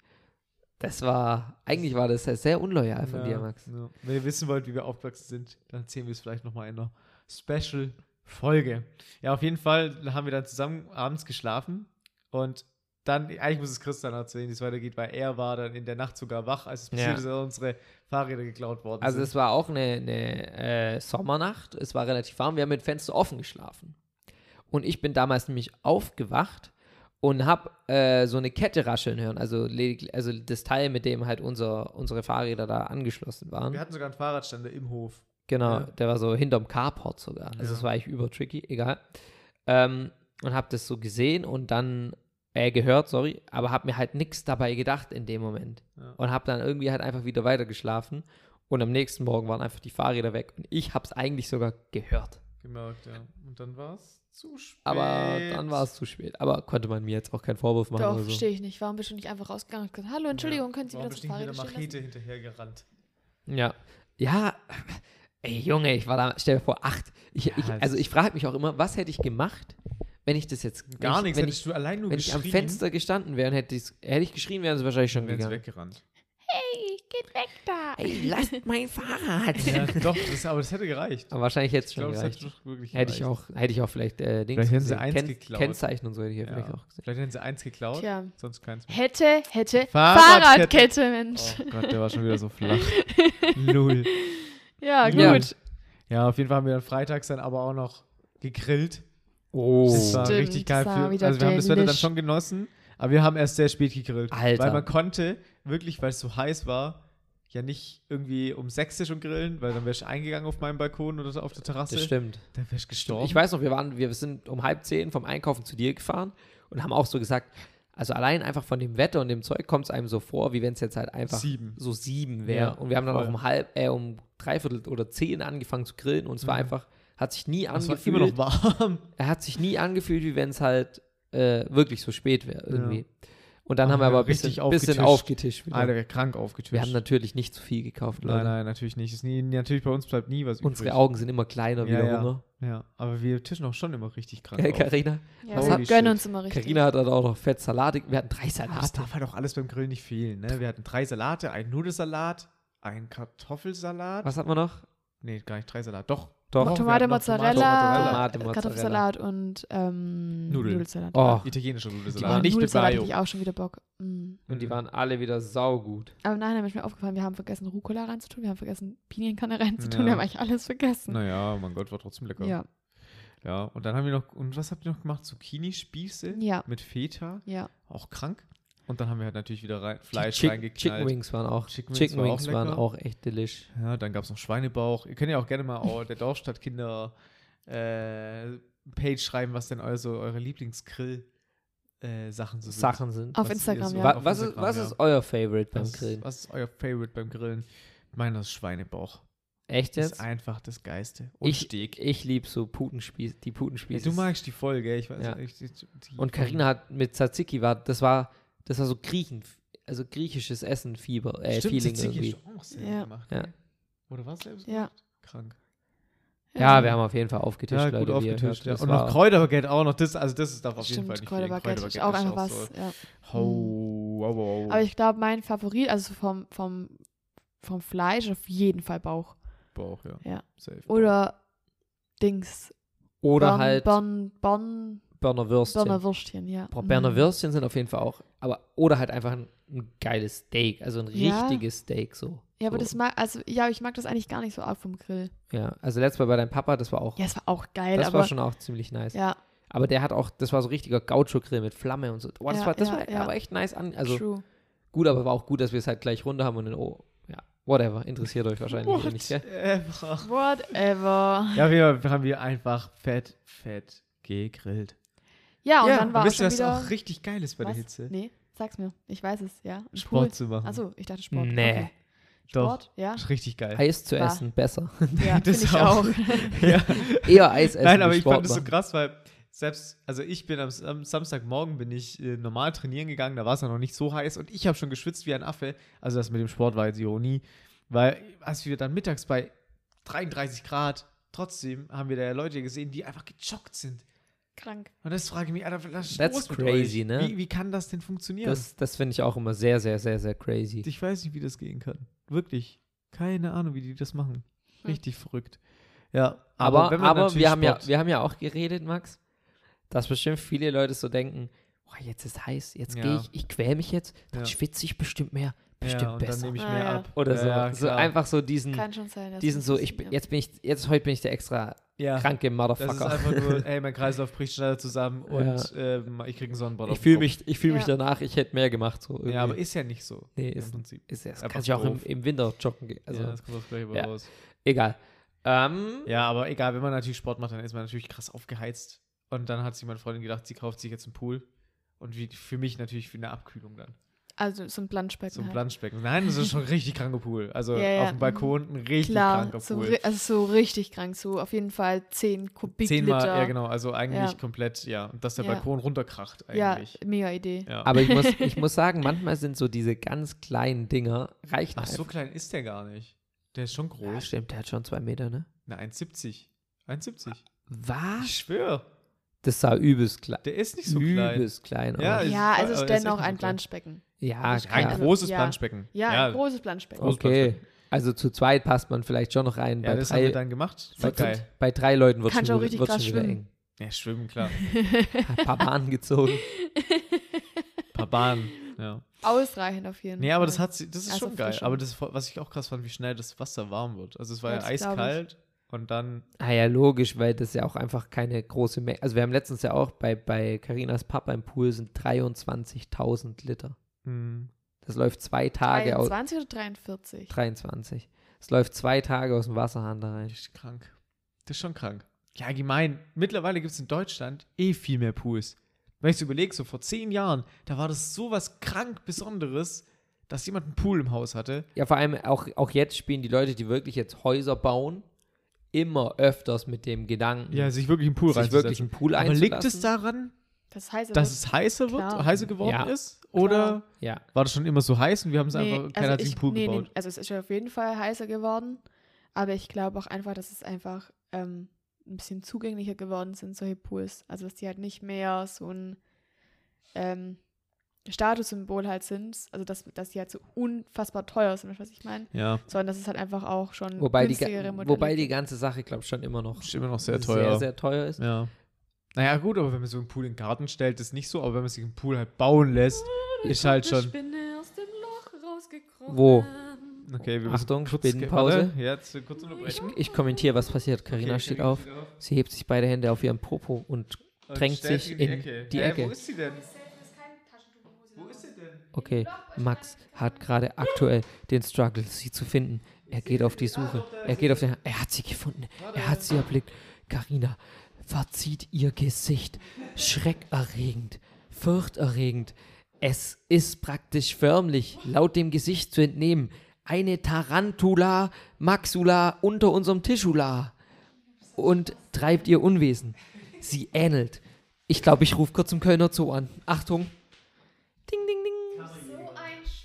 Speaker 1: Das war, eigentlich war das sehr, sehr unloyal von
Speaker 2: ja,
Speaker 1: dir, Max.
Speaker 2: Ja. Wenn ihr wissen wollt, wie wir aufgewachsen sind, dann erzählen wir es vielleicht nochmal in einer Special-Folge. Ja, auf jeden Fall haben wir dann zusammen abends geschlafen und dann, eigentlich muss es Chris dann erzählen, wie es weitergeht, weil er war dann in der Nacht sogar wach, als es passiert
Speaker 1: Ja.
Speaker 2: ist, dass unsere Fahrräder geklaut worden
Speaker 1: Also
Speaker 2: sind.
Speaker 1: es war auch eine, eine äh, Sommernacht, es war relativ warm, wir haben mit Fenster offen geschlafen. Und ich bin damals nämlich aufgewacht und habe äh, so eine Kette rascheln hören, also, lediglich- also das Teil, mit dem halt unser, unsere Fahrräder da angeschlossen waren.
Speaker 2: wir hatten sogar einen Fahrradständer im Hof.
Speaker 1: Genau,
Speaker 2: Ja.
Speaker 1: der war so hinterm Carport sogar. Also
Speaker 2: Ja.
Speaker 1: es war eigentlich über tricky, egal. Ähm, und habe das so gesehen und dann äh, gehört, sorry, aber habe mir halt nichts dabei gedacht in dem Moment
Speaker 2: Ja.
Speaker 1: und habe dann irgendwie halt einfach wieder weitergeschlafen und am nächsten Morgen waren einfach die Fahrräder weg und ich habe es eigentlich sogar gehört.
Speaker 2: Gemerkt, ja. Und dann war es zu spät.
Speaker 1: Aber dann war es zu spät. Aber konnte man mir jetzt auch keinen Vorwurf machen
Speaker 4: Doch,
Speaker 1: oder so.
Speaker 4: verstehe ich nicht. Warum bist du nicht einfach rausgegangen und gesagt, hallo, Entschuldigung, können Sie wieder das Fahrrad stehen lassen?
Speaker 2: Machete hinterhergerannt.
Speaker 1: Ja, ja. <laughs> Ey Junge, ich war da, stell dir vor, acht. Ich,
Speaker 2: Ja,
Speaker 1: ich,
Speaker 2: es
Speaker 1: also
Speaker 2: ist-
Speaker 1: ich frage mich auch immer, was hätte ich gemacht, wenn ich das jetzt wenn
Speaker 2: Gar
Speaker 1: ich,
Speaker 2: nichts,
Speaker 1: wenn
Speaker 2: hättest du allein nur
Speaker 1: Wenn ich
Speaker 2: geschrien.
Speaker 1: am Fenster gestanden wäre und hätte, ich's- hätte ich geschrien, wären sie wahrscheinlich schon
Speaker 2: wären sie
Speaker 1: gegangen.
Speaker 2: weggerannt.
Speaker 4: Hey, geht weg da. <laughs>
Speaker 1: Ey, lasst mein Fahrrad! <laughs>
Speaker 2: Ja, doch, das, aber das hätte gereicht.
Speaker 1: Aber wahrscheinlich hätte es
Speaker 2: ich
Speaker 1: schon
Speaker 2: glaube, das hätte
Speaker 1: gereicht.
Speaker 2: doch wirklich
Speaker 1: Hätte ich,
Speaker 2: gereicht.
Speaker 1: auch, hätte ich auch vielleicht äh, Dings
Speaker 2: Vielleicht hätten sie eins
Speaker 1: Ken-
Speaker 2: geklaut.
Speaker 1: Kennzeichen und so hätte ich ja
Speaker 2: Ja.
Speaker 1: vielleicht auch gesehen.
Speaker 2: Vielleicht hätten sie eins geklaut,
Speaker 4: Tja.
Speaker 2: sonst keins mehr.
Speaker 4: Hätte, hätte, <laughs>
Speaker 2: Fahrradkette.
Speaker 4: Fahrradkette, Mensch.
Speaker 2: Oh Gott, der war schon wieder so
Speaker 4: <laughs>
Speaker 2: flach. Null.
Speaker 4: Ja,
Speaker 1: Ja.
Speaker 4: gut.
Speaker 2: Ja, auf jeden Fall haben wir dann freitags dann aber auch noch gegrillt. Das
Speaker 1: Oh.
Speaker 2: war
Speaker 4: Stimmt,
Speaker 2: richtig geil. Für,
Speaker 4: das war wieder
Speaker 2: also wir haben das Wetter dann
Speaker 4: delish.
Speaker 2: schon genossen, aber wir haben erst sehr spät gegrillt.
Speaker 1: Alter.
Speaker 2: Weil man konnte wirklich, weil es so heiß war, ja nicht irgendwie um sechs schon grillen, weil dann wärst du eingegangen auf meinem Balkon oder so auf der Terrasse.
Speaker 1: Das stimmt.
Speaker 2: Dann wärst du gestorben.
Speaker 1: Ich weiß noch, wir, waren, wir sind um halb zehn vom Einkaufen zu dir gefahren und haben auch so gesagt, also allein einfach von dem Wetter und dem Zeug kommt es einem so vor, wie wenn es jetzt halt einfach
Speaker 2: Um Sieben.
Speaker 1: so sieben wäre.
Speaker 2: Ja,
Speaker 1: und wir haben dann
Speaker 2: voll.
Speaker 1: auch um halb, äh, um dreiviertel oder zehn angefangen zu grillen und es war
Speaker 2: Mhm.
Speaker 1: einfach, hat sich nie
Speaker 2: es war
Speaker 1: angefühlt.
Speaker 2: immer noch warm.
Speaker 1: er hat sich nie angefühlt, wie wenn es halt äh, wirklich so spät wäre irgendwie.
Speaker 2: Ja.
Speaker 1: Und dann haben wir
Speaker 2: Ah,
Speaker 1: aber ein
Speaker 2: richtig
Speaker 1: bisschen aufgetischt. Bisschen aufgetischt <laughs> wieder.
Speaker 2: Alter, krank aufgetischt.
Speaker 1: wir haben natürlich nicht zu viel gekauft, Leute.
Speaker 2: Nein, nein, natürlich nicht. Ist nie, natürlich bei uns bleibt nie was
Speaker 1: Unsere
Speaker 2: übrig.
Speaker 1: Augen sind immer kleiner
Speaker 2: Ja, ja.
Speaker 1: wiederum.
Speaker 2: Ja, aber wir tischen auch schon immer richtig krank.
Speaker 1: ne?
Speaker 2: auf.
Speaker 1: Karina,
Speaker 4: Ja,
Speaker 1: Was
Speaker 4: wir
Speaker 1: hat-
Speaker 4: gönnen uns immer richtig.
Speaker 1: Karina hat dann auch noch fett Salatik. Wir hatten drei
Speaker 2: Aber das
Speaker 1: Salate.
Speaker 2: darf halt auch alles beim Grill nicht fehlen. Ne? Wir hatten drei Salate, einen Nudelsalat, einen Kartoffelsalat.
Speaker 1: Was hat man noch?
Speaker 2: Nee, gar nicht drei Salat. Doch.
Speaker 1: Doch.
Speaker 2: wir
Speaker 4: Tomate,
Speaker 2: hatten noch
Speaker 4: Mozzarella,
Speaker 1: Tomate, Mozzarella.
Speaker 4: Kartoffelsalat und ähm,
Speaker 2: Nudeln.
Speaker 4: Nudelsalat.
Speaker 1: Oh.
Speaker 2: Italienischer
Speaker 1: Die waren
Speaker 2: Äh, Nudelsalat.
Speaker 1: nicht
Speaker 2: Nicht mit
Speaker 4: Nudelsalat hätte
Speaker 2: Mayo.
Speaker 4: ich auch schon wieder Bock. Mm.
Speaker 1: Und die waren alle wieder saugut.
Speaker 4: Aber nein, da ist mir aufgefallen, wir haben vergessen, Rucola reinzutun, wir haben vergessen, Pinienkerne reinzutun,
Speaker 2: Ja.
Speaker 4: wir haben eigentlich alles vergessen.
Speaker 2: Naja, oh mein Gott, war trotzdem lecker.
Speaker 4: Ja,
Speaker 2: Ja, und dann haben wir noch, und was habt ihr noch gemacht? Zucchini-Spieße
Speaker 4: Ja.
Speaker 2: mit Feta,
Speaker 4: ja.
Speaker 2: auch krank. Und dann haben wir halt natürlich wieder rein, Fleisch
Speaker 1: Chick- Chicken
Speaker 2: reingeknallt.
Speaker 1: Wings waren auch.
Speaker 2: Chicken
Speaker 1: Chicken
Speaker 2: Wings
Speaker 1: Wings,
Speaker 2: war auch
Speaker 1: waren
Speaker 2: lecker.
Speaker 1: auch echt delish.
Speaker 2: Ja, dann gab es noch Schweinebauch. Ihr könnt ja auch gerne mal oh, der Dorfstadtkinder äh, Page schreiben, was denn also eure Lieblingsgrill äh, Sachen so sind.
Speaker 1: Sachen sind.
Speaker 4: Auf
Speaker 2: Was ihr
Speaker 4: Instagram,
Speaker 2: so-
Speaker 4: ja.
Speaker 1: Wa-
Speaker 2: auf
Speaker 1: was ist,
Speaker 2: Instagram,
Speaker 1: was
Speaker 2: ja.
Speaker 1: ist euer Favorite beim
Speaker 2: was,
Speaker 1: Grillen?
Speaker 2: Was ist euer Favorite beim Grillen? Meiner ist Schweinebauch.
Speaker 1: Echt
Speaker 2: Das
Speaker 1: jetzt?
Speaker 2: ist einfach das Geiste. Und
Speaker 1: Ich,
Speaker 2: Steak.
Speaker 1: ich liebe so Putenspieß, die
Speaker 2: Ja,
Speaker 1: Putenspieße.
Speaker 2: du magst die Folge, ich weiß
Speaker 1: Ja.
Speaker 2: ich, ich, die
Speaker 1: Und Karina hat mit Tzatziki war, das war, das war so Griechen, also griechisches Essen, Fieber, äh,
Speaker 2: Stimmt,
Speaker 1: Feeling
Speaker 2: Tzatziki
Speaker 1: irgendwie.
Speaker 2: hast du auch selber
Speaker 4: Ja.
Speaker 2: gemacht.
Speaker 1: Ja.
Speaker 2: ne? Oder was selbst?
Speaker 4: Ja.
Speaker 2: gemacht? Krank.
Speaker 1: Ja, wir haben auf jeden Fall aufgetischt,
Speaker 2: Ja,
Speaker 1: Leute.
Speaker 2: gut
Speaker 1: wie ihr
Speaker 2: aufgetischt.
Speaker 1: hört.
Speaker 2: Ja.
Speaker 1: Das
Speaker 2: Und
Speaker 1: war
Speaker 2: noch Kräuterbaguette auch noch. Das, also das ist darf auf jeden Fall
Speaker 4: Stimmt,
Speaker 2: nicht
Speaker 4: Kräuterbaguette ist auch einfach was. Ja.
Speaker 2: So, Oh. ho, wow, wow.
Speaker 4: Aber ich glaube, mein Favorit, also vom, vom, vom Fleisch, auf jeden Fall Bauch.
Speaker 2: Bauch, ja.
Speaker 4: Ja.
Speaker 2: Safe.
Speaker 4: Oder Dings.
Speaker 1: Oder
Speaker 4: Bern,
Speaker 1: halt
Speaker 4: Bern, Bern,
Speaker 1: Berner Würstchen.
Speaker 4: Berner Würstchen, ja.
Speaker 1: Boah,
Speaker 4: Mhm.
Speaker 1: Berner Würstchen sind auf jeden Fall auch, aber oder halt einfach ein, ein geiles Steak, also ein
Speaker 4: Ja.
Speaker 1: richtiges Steak so.
Speaker 4: Ja, aber
Speaker 1: so.
Speaker 4: das mag, also ja, ich mag das eigentlich gar nicht so arg vom Grill.
Speaker 1: Ja, also letztes Mal bei deinem Papa, das war auch,
Speaker 4: Ja, es war auch geil,
Speaker 1: das
Speaker 4: aber
Speaker 1: war schon auch ziemlich nice.
Speaker 4: ja,
Speaker 1: Aber der hat auch, das war so richtiger Gaucho-Grill mit Flamme und so. Boah, das
Speaker 4: Ja,
Speaker 1: war, das
Speaker 4: ja,
Speaker 1: war
Speaker 4: ja.
Speaker 1: aber echt nice an, also
Speaker 4: true.
Speaker 1: gut, aber war auch gut, dass wir es halt gleich runter haben und dann, oh, ja, whatever, interessiert euch wahrscheinlich eh nicht, gell?
Speaker 2: Ever.
Speaker 4: Whatever.
Speaker 2: Ja, wir haben wir einfach fett, fett gegrillt.
Speaker 4: Ja, und
Speaker 2: ja,
Speaker 4: dann war auch
Speaker 2: wisst ihr,
Speaker 4: schon
Speaker 2: was
Speaker 4: wieder
Speaker 2: auch richtig geil ist bei
Speaker 4: was?
Speaker 2: der Hitze?
Speaker 4: Nee, sag's mir. Ich weiß es, ja. Ein Pool.
Speaker 2: Sport zu machen.
Speaker 4: Achso, ich dachte Sport.
Speaker 1: Nee.
Speaker 4: Okay.
Speaker 2: Doch.
Speaker 4: Sport,
Speaker 1: <laughs>
Speaker 4: ja.
Speaker 2: Ist richtig geil.
Speaker 1: Eis zu
Speaker 4: War-
Speaker 1: essen, besser. <laughs>
Speaker 4: Ja,
Speaker 2: Das
Speaker 4: das ich
Speaker 2: auch.
Speaker 4: auch.
Speaker 2: ja.
Speaker 1: Eher Eis essen,
Speaker 2: Nein, aber
Speaker 1: wie
Speaker 2: ich
Speaker 1: Sport
Speaker 2: fand das so
Speaker 1: machen.
Speaker 2: krass, weil selbst, also ich bin am, am Samstagmorgen bin ich äh, normal trainieren gegangen, da war es ja noch nicht so heiß und ich habe schon geschwitzt wie ein Affe. Also das mit dem Sport war jetzt Ironie, weil als wir dann mittags bei 33 Grad trotzdem haben wir da ja Leute gesehen, die einfach gejoggt sind.
Speaker 4: Krank.
Speaker 2: Und das frage ich mich, Alter, was ist
Speaker 1: That's
Speaker 2: los mit
Speaker 1: crazy,
Speaker 2: euch?
Speaker 1: ne?
Speaker 2: Wie, wie kann das denn funktionieren?
Speaker 1: Das, das finde ich auch immer sehr, sehr, sehr, sehr crazy.
Speaker 2: Ich weiß nicht, wie das gehen kann. Wirklich. Keine Ahnung, wie die das machen.
Speaker 4: Hm.
Speaker 2: Richtig verrückt. Ja,
Speaker 1: Aber,
Speaker 2: wenn
Speaker 1: aber,
Speaker 2: man natürlich
Speaker 1: wir, haben ja,
Speaker 2: Sport-
Speaker 1: wir haben ja auch geredet, Max, dass bestimmt viele Leute so denken, boah, jetzt ist heiß, jetzt
Speaker 2: Ja.
Speaker 1: gehe ich, ich quäle mich jetzt, dann
Speaker 2: Ja.
Speaker 1: schwitze ich bestimmt mehr, bestimmt
Speaker 2: ja, und dann
Speaker 1: besser.
Speaker 2: nehme ich
Speaker 4: Ah,
Speaker 2: mehr
Speaker 4: ja.
Speaker 2: ab.
Speaker 1: Oder
Speaker 2: Ja,
Speaker 1: so.
Speaker 2: Ja, genau.
Speaker 1: so
Speaker 2: klar.
Speaker 1: einfach so diesen,
Speaker 4: Kann schon sein. dass
Speaker 1: diesen
Speaker 4: das
Speaker 1: Hm. so,
Speaker 4: ist,
Speaker 1: ich bin,
Speaker 4: ja.
Speaker 1: jetzt bin ich, jetzt heute bin ich der extra
Speaker 2: Ja.
Speaker 1: kranke
Speaker 2: Das ist
Speaker 1: Motherfucker.
Speaker 2: einfach
Speaker 1: <laughs>
Speaker 2: nur, ey, mein Kreislauf bricht schneller zusammen und
Speaker 1: Ja.
Speaker 2: ähm, ich kriege einen Sonnenbrand. auf
Speaker 1: ich
Speaker 2: den
Speaker 1: fühle
Speaker 2: Kopf.
Speaker 1: mich, ich fühl mich
Speaker 4: Ja.
Speaker 1: danach, ich hätte mehr gemacht. So irgendwie.
Speaker 2: Ja, aber ist ja nicht so.
Speaker 1: Nee,
Speaker 2: Im
Speaker 1: ist,
Speaker 2: Prinzip.
Speaker 1: ist, das
Speaker 2: Einfach
Speaker 1: kann ich auch im,
Speaker 2: doof.
Speaker 1: im Winter joggen gehen. Also,
Speaker 2: Also, ja, das kommt aufs Gleiche
Speaker 1: ja.
Speaker 2: raus.
Speaker 1: egal. Ähm,
Speaker 2: Ja, aber egal, wenn man natürlich Sport macht, dann ist man natürlich krass aufgeheizt. Und dann hat sich meine Freundin gedacht, sie kauft sich jetzt einen Pool. Und wie, für mich natürlich für eine Abkühlung dann.
Speaker 4: Also so ein Planschbecken.
Speaker 2: So ein
Speaker 4: halt.
Speaker 2: Planschbecken. Nein, das ist schon ein richtig kranker Pool. Also
Speaker 4: Ja, ja.
Speaker 2: auf dem Balkon ein richtig kranker
Speaker 4: Klar, so,
Speaker 2: Pool.
Speaker 4: ri- also so richtig krank, so auf jeden Fall 10 Kubikliter.
Speaker 2: Zehnmal, ja genau, also eigentlich
Speaker 4: Ja.
Speaker 2: komplett, ja. Und dass der
Speaker 4: Ja.
Speaker 2: Balkon runterkracht
Speaker 4: Ja,
Speaker 2: eigentlich.
Speaker 4: mega Idee.
Speaker 2: Ja.
Speaker 1: aber ich
Speaker 2: <laughs>
Speaker 1: muss, ich muss sagen, manchmal sind so diese ganz kleinen Dinger, reichen
Speaker 2: Ach, so
Speaker 1: einfach.
Speaker 2: klein ist der gar nicht. Der ist schon
Speaker 1: Ja,
Speaker 2: groß.
Speaker 1: stimmt, der hat schon zwei Meter, ne?
Speaker 2: Na, 1,70. 1,70. Ich
Speaker 1: Was?
Speaker 2: schwöre.
Speaker 1: Das sah übelst klein.
Speaker 2: Der ist nicht so klein.
Speaker 1: übelst klein.
Speaker 2: Ja,
Speaker 1: aus.
Speaker 2: ist-
Speaker 4: Ja,
Speaker 2: aber
Speaker 4: also
Speaker 2: ist echt
Speaker 4: dennoch
Speaker 2: nicht
Speaker 4: ein
Speaker 2: so klein.
Speaker 4: Planschbecken.
Speaker 1: ja
Speaker 4: ist
Speaker 2: Ein
Speaker 1: klar.
Speaker 4: Also,
Speaker 2: großes
Speaker 4: ja.
Speaker 2: Planschbecken.
Speaker 4: Ja, ein großes Planschbecken.
Speaker 2: großes
Speaker 1: Okay. Also zu zweit passt man vielleicht schon noch rein.
Speaker 2: ja
Speaker 1: bei,
Speaker 2: das haben wir
Speaker 1: drei,
Speaker 2: dann gemacht.
Speaker 1: bei,
Speaker 2: War geil.
Speaker 1: bei drei Leuten wird
Speaker 4: Kann
Speaker 1: schon,
Speaker 4: schon
Speaker 1: wieder-
Speaker 4: richtig
Speaker 1: wird schon
Speaker 4: krass
Speaker 1: wieder eng.
Speaker 4: schwimmen.
Speaker 2: Ja, schwimmen, klar.
Speaker 1: Ein paar Bahnen
Speaker 2: <laughs>
Speaker 1: gezogen.
Speaker 2: paar Bahnen. Ja.
Speaker 4: <laughs> Ausreichend auf jeden Fall.
Speaker 2: Nee, aber das hat sie, das ist
Speaker 4: Also
Speaker 2: schon geil.
Speaker 4: frisch.
Speaker 2: Aber das, was ich auch krass fand, wie schnell das Wasser warm wird. Also es war
Speaker 4: Ja,
Speaker 2: ja,
Speaker 4: das glaub ich.
Speaker 2: eiskalt und dann,
Speaker 1: Ah ja, logisch, weil das ja auch einfach keine große Menge. Also wir haben letztens ja auch bei bei Carinas Papa im Pool sind 23.000 Liter.
Speaker 2: hm,
Speaker 1: Das läuft zwei Tage aus
Speaker 4: 23 oder 43?
Speaker 1: 23. Das läuft zwei Tage aus dem Wasserhahn da rein.
Speaker 2: das ist krank. Das ist schon krank. Ja, gemein. Mittlerweile gibt es in Deutschland eh viel mehr Pools. Wenn ich es überlege, so vor zehn Jahren, da war das sowas krank Besonderes, dass jemand einen Pool im Haus hatte.
Speaker 1: Ja, vor allem auch, auch jetzt spielen die Leute, die wirklich jetzt Häuser bauen, immer öfters mit dem Gedanken,
Speaker 2: Ja, sich wirklich einen Pool
Speaker 1: sich wirklich einen Pool
Speaker 2: Aber liegt es
Speaker 1: einzulassen.
Speaker 2: daran,
Speaker 4: Das heißt aber,
Speaker 2: dass es heißer wird,
Speaker 4: Klar.
Speaker 2: heißer geworden
Speaker 1: Ja.
Speaker 2: ist? Oder
Speaker 1: Ja.
Speaker 2: war das schon immer so heiß und wir haben es
Speaker 4: nee,
Speaker 2: einfach, keiner hat
Speaker 4: also
Speaker 2: sich
Speaker 4: ich,
Speaker 2: einen Pool
Speaker 4: nee,
Speaker 2: gebaut?
Speaker 4: nee, also es ist ja auf jeden Fall heißer geworden, aber ich glaube auch einfach, dass es einfach ähm, ein bisschen zugänglicher geworden sind, solche Pools. Also dass die halt nicht mehr so ein ähm, Statussymbol halt sind, also dass, dass die halt so unfassbar teuer sind, weißt du, was ich meine,
Speaker 2: Ja,
Speaker 4: sondern dass es halt einfach auch schon
Speaker 1: Wobei die,
Speaker 4: günstigere
Speaker 1: ga-
Speaker 4: Modelle
Speaker 1: wobei die
Speaker 4: gibt.
Speaker 1: ganze Sache, glaube ich, schon immer noch
Speaker 2: ist immer noch sehr
Speaker 1: sehr,
Speaker 2: teuer.
Speaker 1: sehr teuer ist.
Speaker 2: ja. Naja, gut, aber wenn man so einen Pool in den Garten stellt, ist nicht so, aber wenn man sich einen Pool halt bauen lässt, ist halt
Speaker 3: Eine
Speaker 2: schon.
Speaker 3: Spinne aus dem Loch rausgekrochen.
Speaker 1: Wo?
Speaker 2: Okay, wir müssen
Speaker 1: Achtung,
Speaker 2: kurz-
Speaker 1: Spinnenpause.
Speaker 2: Warte, Jetzt kurz unterbrechen.
Speaker 1: Ich kommentiere, was passiert. Karina
Speaker 2: Okay,
Speaker 1: steht
Speaker 2: Karina
Speaker 1: auf. Sie hebt sich beide Hände auf ihren Popo und
Speaker 2: und
Speaker 1: drängt
Speaker 2: stellt
Speaker 1: sich
Speaker 2: sie
Speaker 1: in die
Speaker 2: Hä,
Speaker 1: Ecke.
Speaker 2: Wo ist sie denn? Wo ist sie denn?
Speaker 1: Okay, Max hat gerade aktuell den Struggle, sie zu finden. Er geht auf die Suche. Er geht auf den. Er hat sie gefunden. Er hat sie erblickt. Karina verzieht ihr Gesicht. Schreckerregend. furchterregend. Es ist praktisch förmlich, laut dem Gesicht zu entnehmen, eine Tarantula maxula unter unserem Tischula und treibt ihr Unwesen. Sie ähnelt. Ich glaube, ich rufe kurz im Kölner Zoo an. Achtung. Ding, ding, ding.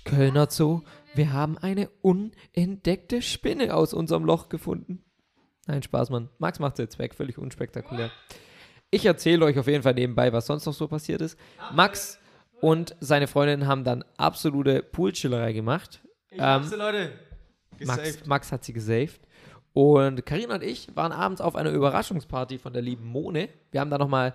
Speaker 1: Kölner Zoo, wir haben eine unentdeckte Spinne aus unserem Loch gefunden. Nein, Spaß, Mann. Max macht jetzt weg, völlig unspektakulär. Ich erzähle euch auf jeden Fall nebenbei, was sonst noch so passiert ist. Max und seine Freundin haben dann absolute Poolchillerei gemacht.
Speaker 2: Ich hab's, Leute.
Speaker 1: Ähm, Max, Max hat sie gesaved. Und Karina und ich waren abends auf einer Überraschungsparty von der lieben Mone. Wir haben da nochmal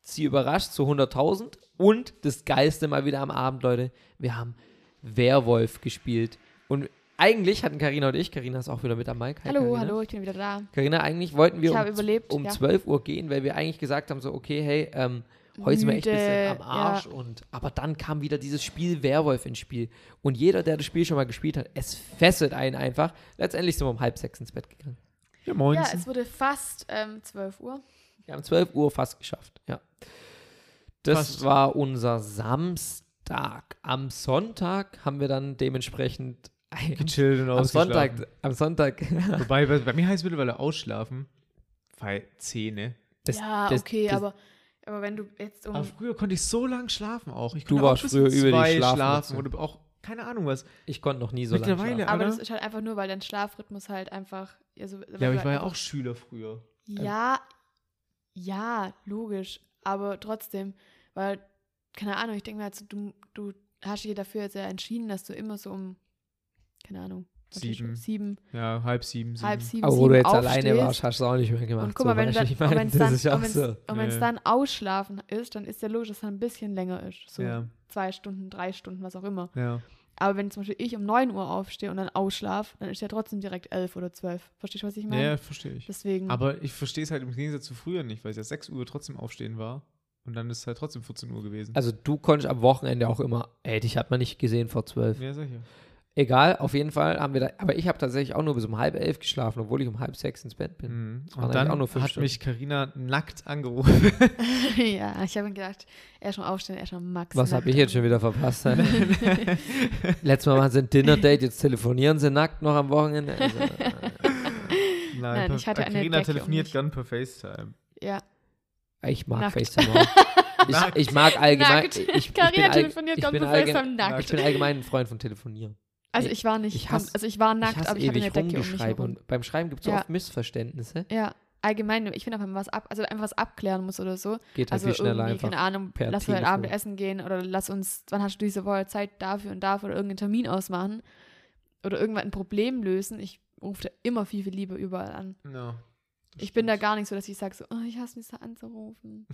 Speaker 1: sie überrascht zu 100.000. Und das Geilste mal wieder am Abend, Leute. Wir haben Werwolf gespielt. Und eigentlich hatten Karina und ich, Karina ist auch wieder mit am Mic. Hi,
Speaker 4: hallo,
Speaker 1: Carina.
Speaker 4: hallo, ich bin wieder da.
Speaker 1: Karina, eigentlich wollten wir
Speaker 4: Ich habe
Speaker 1: um,
Speaker 4: überlebt,
Speaker 1: um
Speaker 4: ja.
Speaker 1: 12 Uhr gehen, weil wir eigentlich gesagt haben, so, okay, hey, ähm, heute sind wir echt ein
Speaker 4: Müde,
Speaker 1: bisschen am Arsch. Und, aber dann kam wieder dieses Spiel Werwolf ins Spiel. Und jeder, der das Spiel schon mal gespielt hat, es fesselt einen einfach. Letztendlich sind wir um halb sechs ins Bett gegangen.
Speaker 2: Ja, moin.
Speaker 4: Ja, es wurde fast ähm, 12 Uhr.
Speaker 1: Wir haben 12 Uhr fast geschafft, ja. Das
Speaker 2: Fast.
Speaker 1: war unser Samstag. Am Sonntag haben wir dann dementsprechend
Speaker 2: Gechillt und
Speaker 1: am
Speaker 2: ausgeschlafen.
Speaker 1: Sonntag, am Sonntag <laughs>
Speaker 2: Wobei, bei, bei mir heißt es mittlerweile ausschlafen. Weil Zähne.
Speaker 1: Das-
Speaker 4: ja,
Speaker 1: das-
Speaker 4: okay,
Speaker 1: das-
Speaker 4: aber, aber wenn du jetzt um.
Speaker 2: Aber früher konnte ich so lang schlafen auch. Ich
Speaker 1: Du
Speaker 2: konnte
Speaker 1: warst
Speaker 2: auch bis
Speaker 1: früher
Speaker 2: um
Speaker 1: über die
Speaker 2: zwei
Speaker 1: Schlafmütze.
Speaker 2: schlafen oder auch keine Ahnung was.
Speaker 1: Ich konnte noch nie so lange
Speaker 2: Mittlerweile.
Speaker 1: schlafen.
Speaker 4: aber das
Speaker 2: oder?
Speaker 4: ist halt einfach nur, weil dein Schlafrhythmus halt einfach. Also, weil
Speaker 2: Ja, aber
Speaker 4: du
Speaker 2: ich war
Speaker 4: halt
Speaker 2: ja auch Schüler früher.
Speaker 4: Ja, ja, logisch. Aber trotzdem, weil, keine Ahnung, ich denke mir halt so, du, du hast dich dafür jetzt ja entschieden, dass du immer so um, keine Ahnung, was ist
Speaker 2: Sieben.
Speaker 4: das? sieben,
Speaker 2: Ja, halb sieben, sieben.
Speaker 4: halb sieben,
Speaker 1: Aber wo
Speaker 4: sieben
Speaker 1: du jetzt
Speaker 4: aufstehst.
Speaker 1: alleine warst, hast du es auch nicht mehr gemacht.
Speaker 4: Und guck mal, wenn
Speaker 1: weißt
Speaker 4: dann,
Speaker 1: du,
Speaker 4: und
Speaker 1: ich meine,
Speaker 4: wenn's
Speaker 1: das
Speaker 4: dann,
Speaker 1: ist ja auch
Speaker 4: und wenn's-
Speaker 1: so.
Speaker 4: und wenn's
Speaker 2: Nee.
Speaker 4: dann ausschlafen ist, dann ist ja logisch, dass es dann ein bisschen länger ist. So
Speaker 2: Ja.
Speaker 4: zwei Stunden, drei Stunden, was auch immer.
Speaker 2: Ja.
Speaker 4: Aber wenn zum Beispiel ich um 9 Uhr aufstehe und dann ausschlafe, dann ist ja trotzdem direkt elf oder zwölf. Verstehst du, was ich meine?
Speaker 2: Ja, verstehe ich.
Speaker 1: Mhm.
Speaker 4: Deswegen.
Speaker 2: Aber ich verstehe es halt im Gegensatz zu früher nicht, weil es ja 6 Uhr trotzdem aufstehen war und dann ist es halt trotzdem 14 Uhr gewesen.
Speaker 1: Also du konntest am Wochenende auch immer, ey, dich hat man nicht gesehen vor zwölf.
Speaker 2: ja, sicher.
Speaker 1: Egal, auf jeden Fall haben wir da, aber ich habe tatsächlich auch nur bis um halb elf geschlafen, obwohl ich um halb sechs ins Bett bin.
Speaker 2: Mhm.
Speaker 1: waren
Speaker 2: Und dann
Speaker 1: eigentlich auch nur fünf
Speaker 2: hat
Speaker 1: Stunden.
Speaker 2: mich Karina nackt angerufen.
Speaker 4: <laughs>
Speaker 2: <laughs>
Speaker 4: ja, ich habe mir gedacht, er schon aufstehen, er schon Max.
Speaker 1: Was
Speaker 4: nackt
Speaker 1: habe ich jetzt schon wieder
Speaker 4: <laughs>
Speaker 1: verpasst? <laughs> Letztes Mal waren sie ein Dinner-Date, jetzt telefonieren sie nackt noch am Wochenende. Also,
Speaker 2: Nein,
Speaker 4: Nein,
Speaker 2: per-
Speaker 4: ich hatte eine
Speaker 2: Karina
Speaker 4: Decke
Speaker 2: telefoniert
Speaker 4: um mich.
Speaker 2: dann per FaceTime.
Speaker 4: Ja.
Speaker 1: äh, ich mag
Speaker 4: Nackt.
Speaker 1: FaceTime auch. Ich,
Speaker 2: Nackt.
Speaker 1: ich mag allgemein.
Speaker 4: Nackt.
Speaker 1: Ich, ich,
Speaker 4: Carina
Speaker 1: bin allge-
Speaker 4: telefoniert
Speaker 1: ich
Speaker 4: ganz
Speaker 1: bin
Speaker 4: befreit
Speaker 1: allgemein-
Speaker 4: am Nackt.
Speaker 1: Ich bin allgemein ein Freund von Telefonieren.
Speaker 4: Also ich war nicht,
Speaker 1: Ich hasse-
Speaker 4: also ich war
Speaker 1: Ich
Speaker 4: nackt,
Speaker 1: hasse
Speaker 4: aber ich hatte eine
Speaker 1: ewig
Speaker 4: Decke um mich
Speaker 1: rumgeschreibe
Speaker 4: herum.
Speaker 1: und beim Schreiben gibt es so
Speaker 4: Ja.
Speaker 1: oft Missverständnisse.
Speaker 4: Ja, allgemein, ich finde, auch, wenn man was ab, also einfach was abklären muss oder so.
Speaker 1: Geht halt
Speaker 4: Also
Speaker 1: viel schneller
Speaker 4: irgendwie,
Speaker 1: einfach.
Speaker 4: keine Ahnung,
Speaker 1: per
Speaker 4: lass uns heute
Speaker 1: Telefon.
Speaker 4: Abend essen gehen oder lass uns, wann hast du diese Woche Zeit dafür und dafür oder irgendeinen Termin ausmachen oder irgendwann ein Problem lösen. Ich rufe da immer viel, viel lieber überall an.
Speaker 2: Ja, das
Speaker 4: Ich bin da
Speaker 2: stimmt.
Speaker 4: gar nicht so, dass ich sage so, oh, ich hasse mich da anzurufen.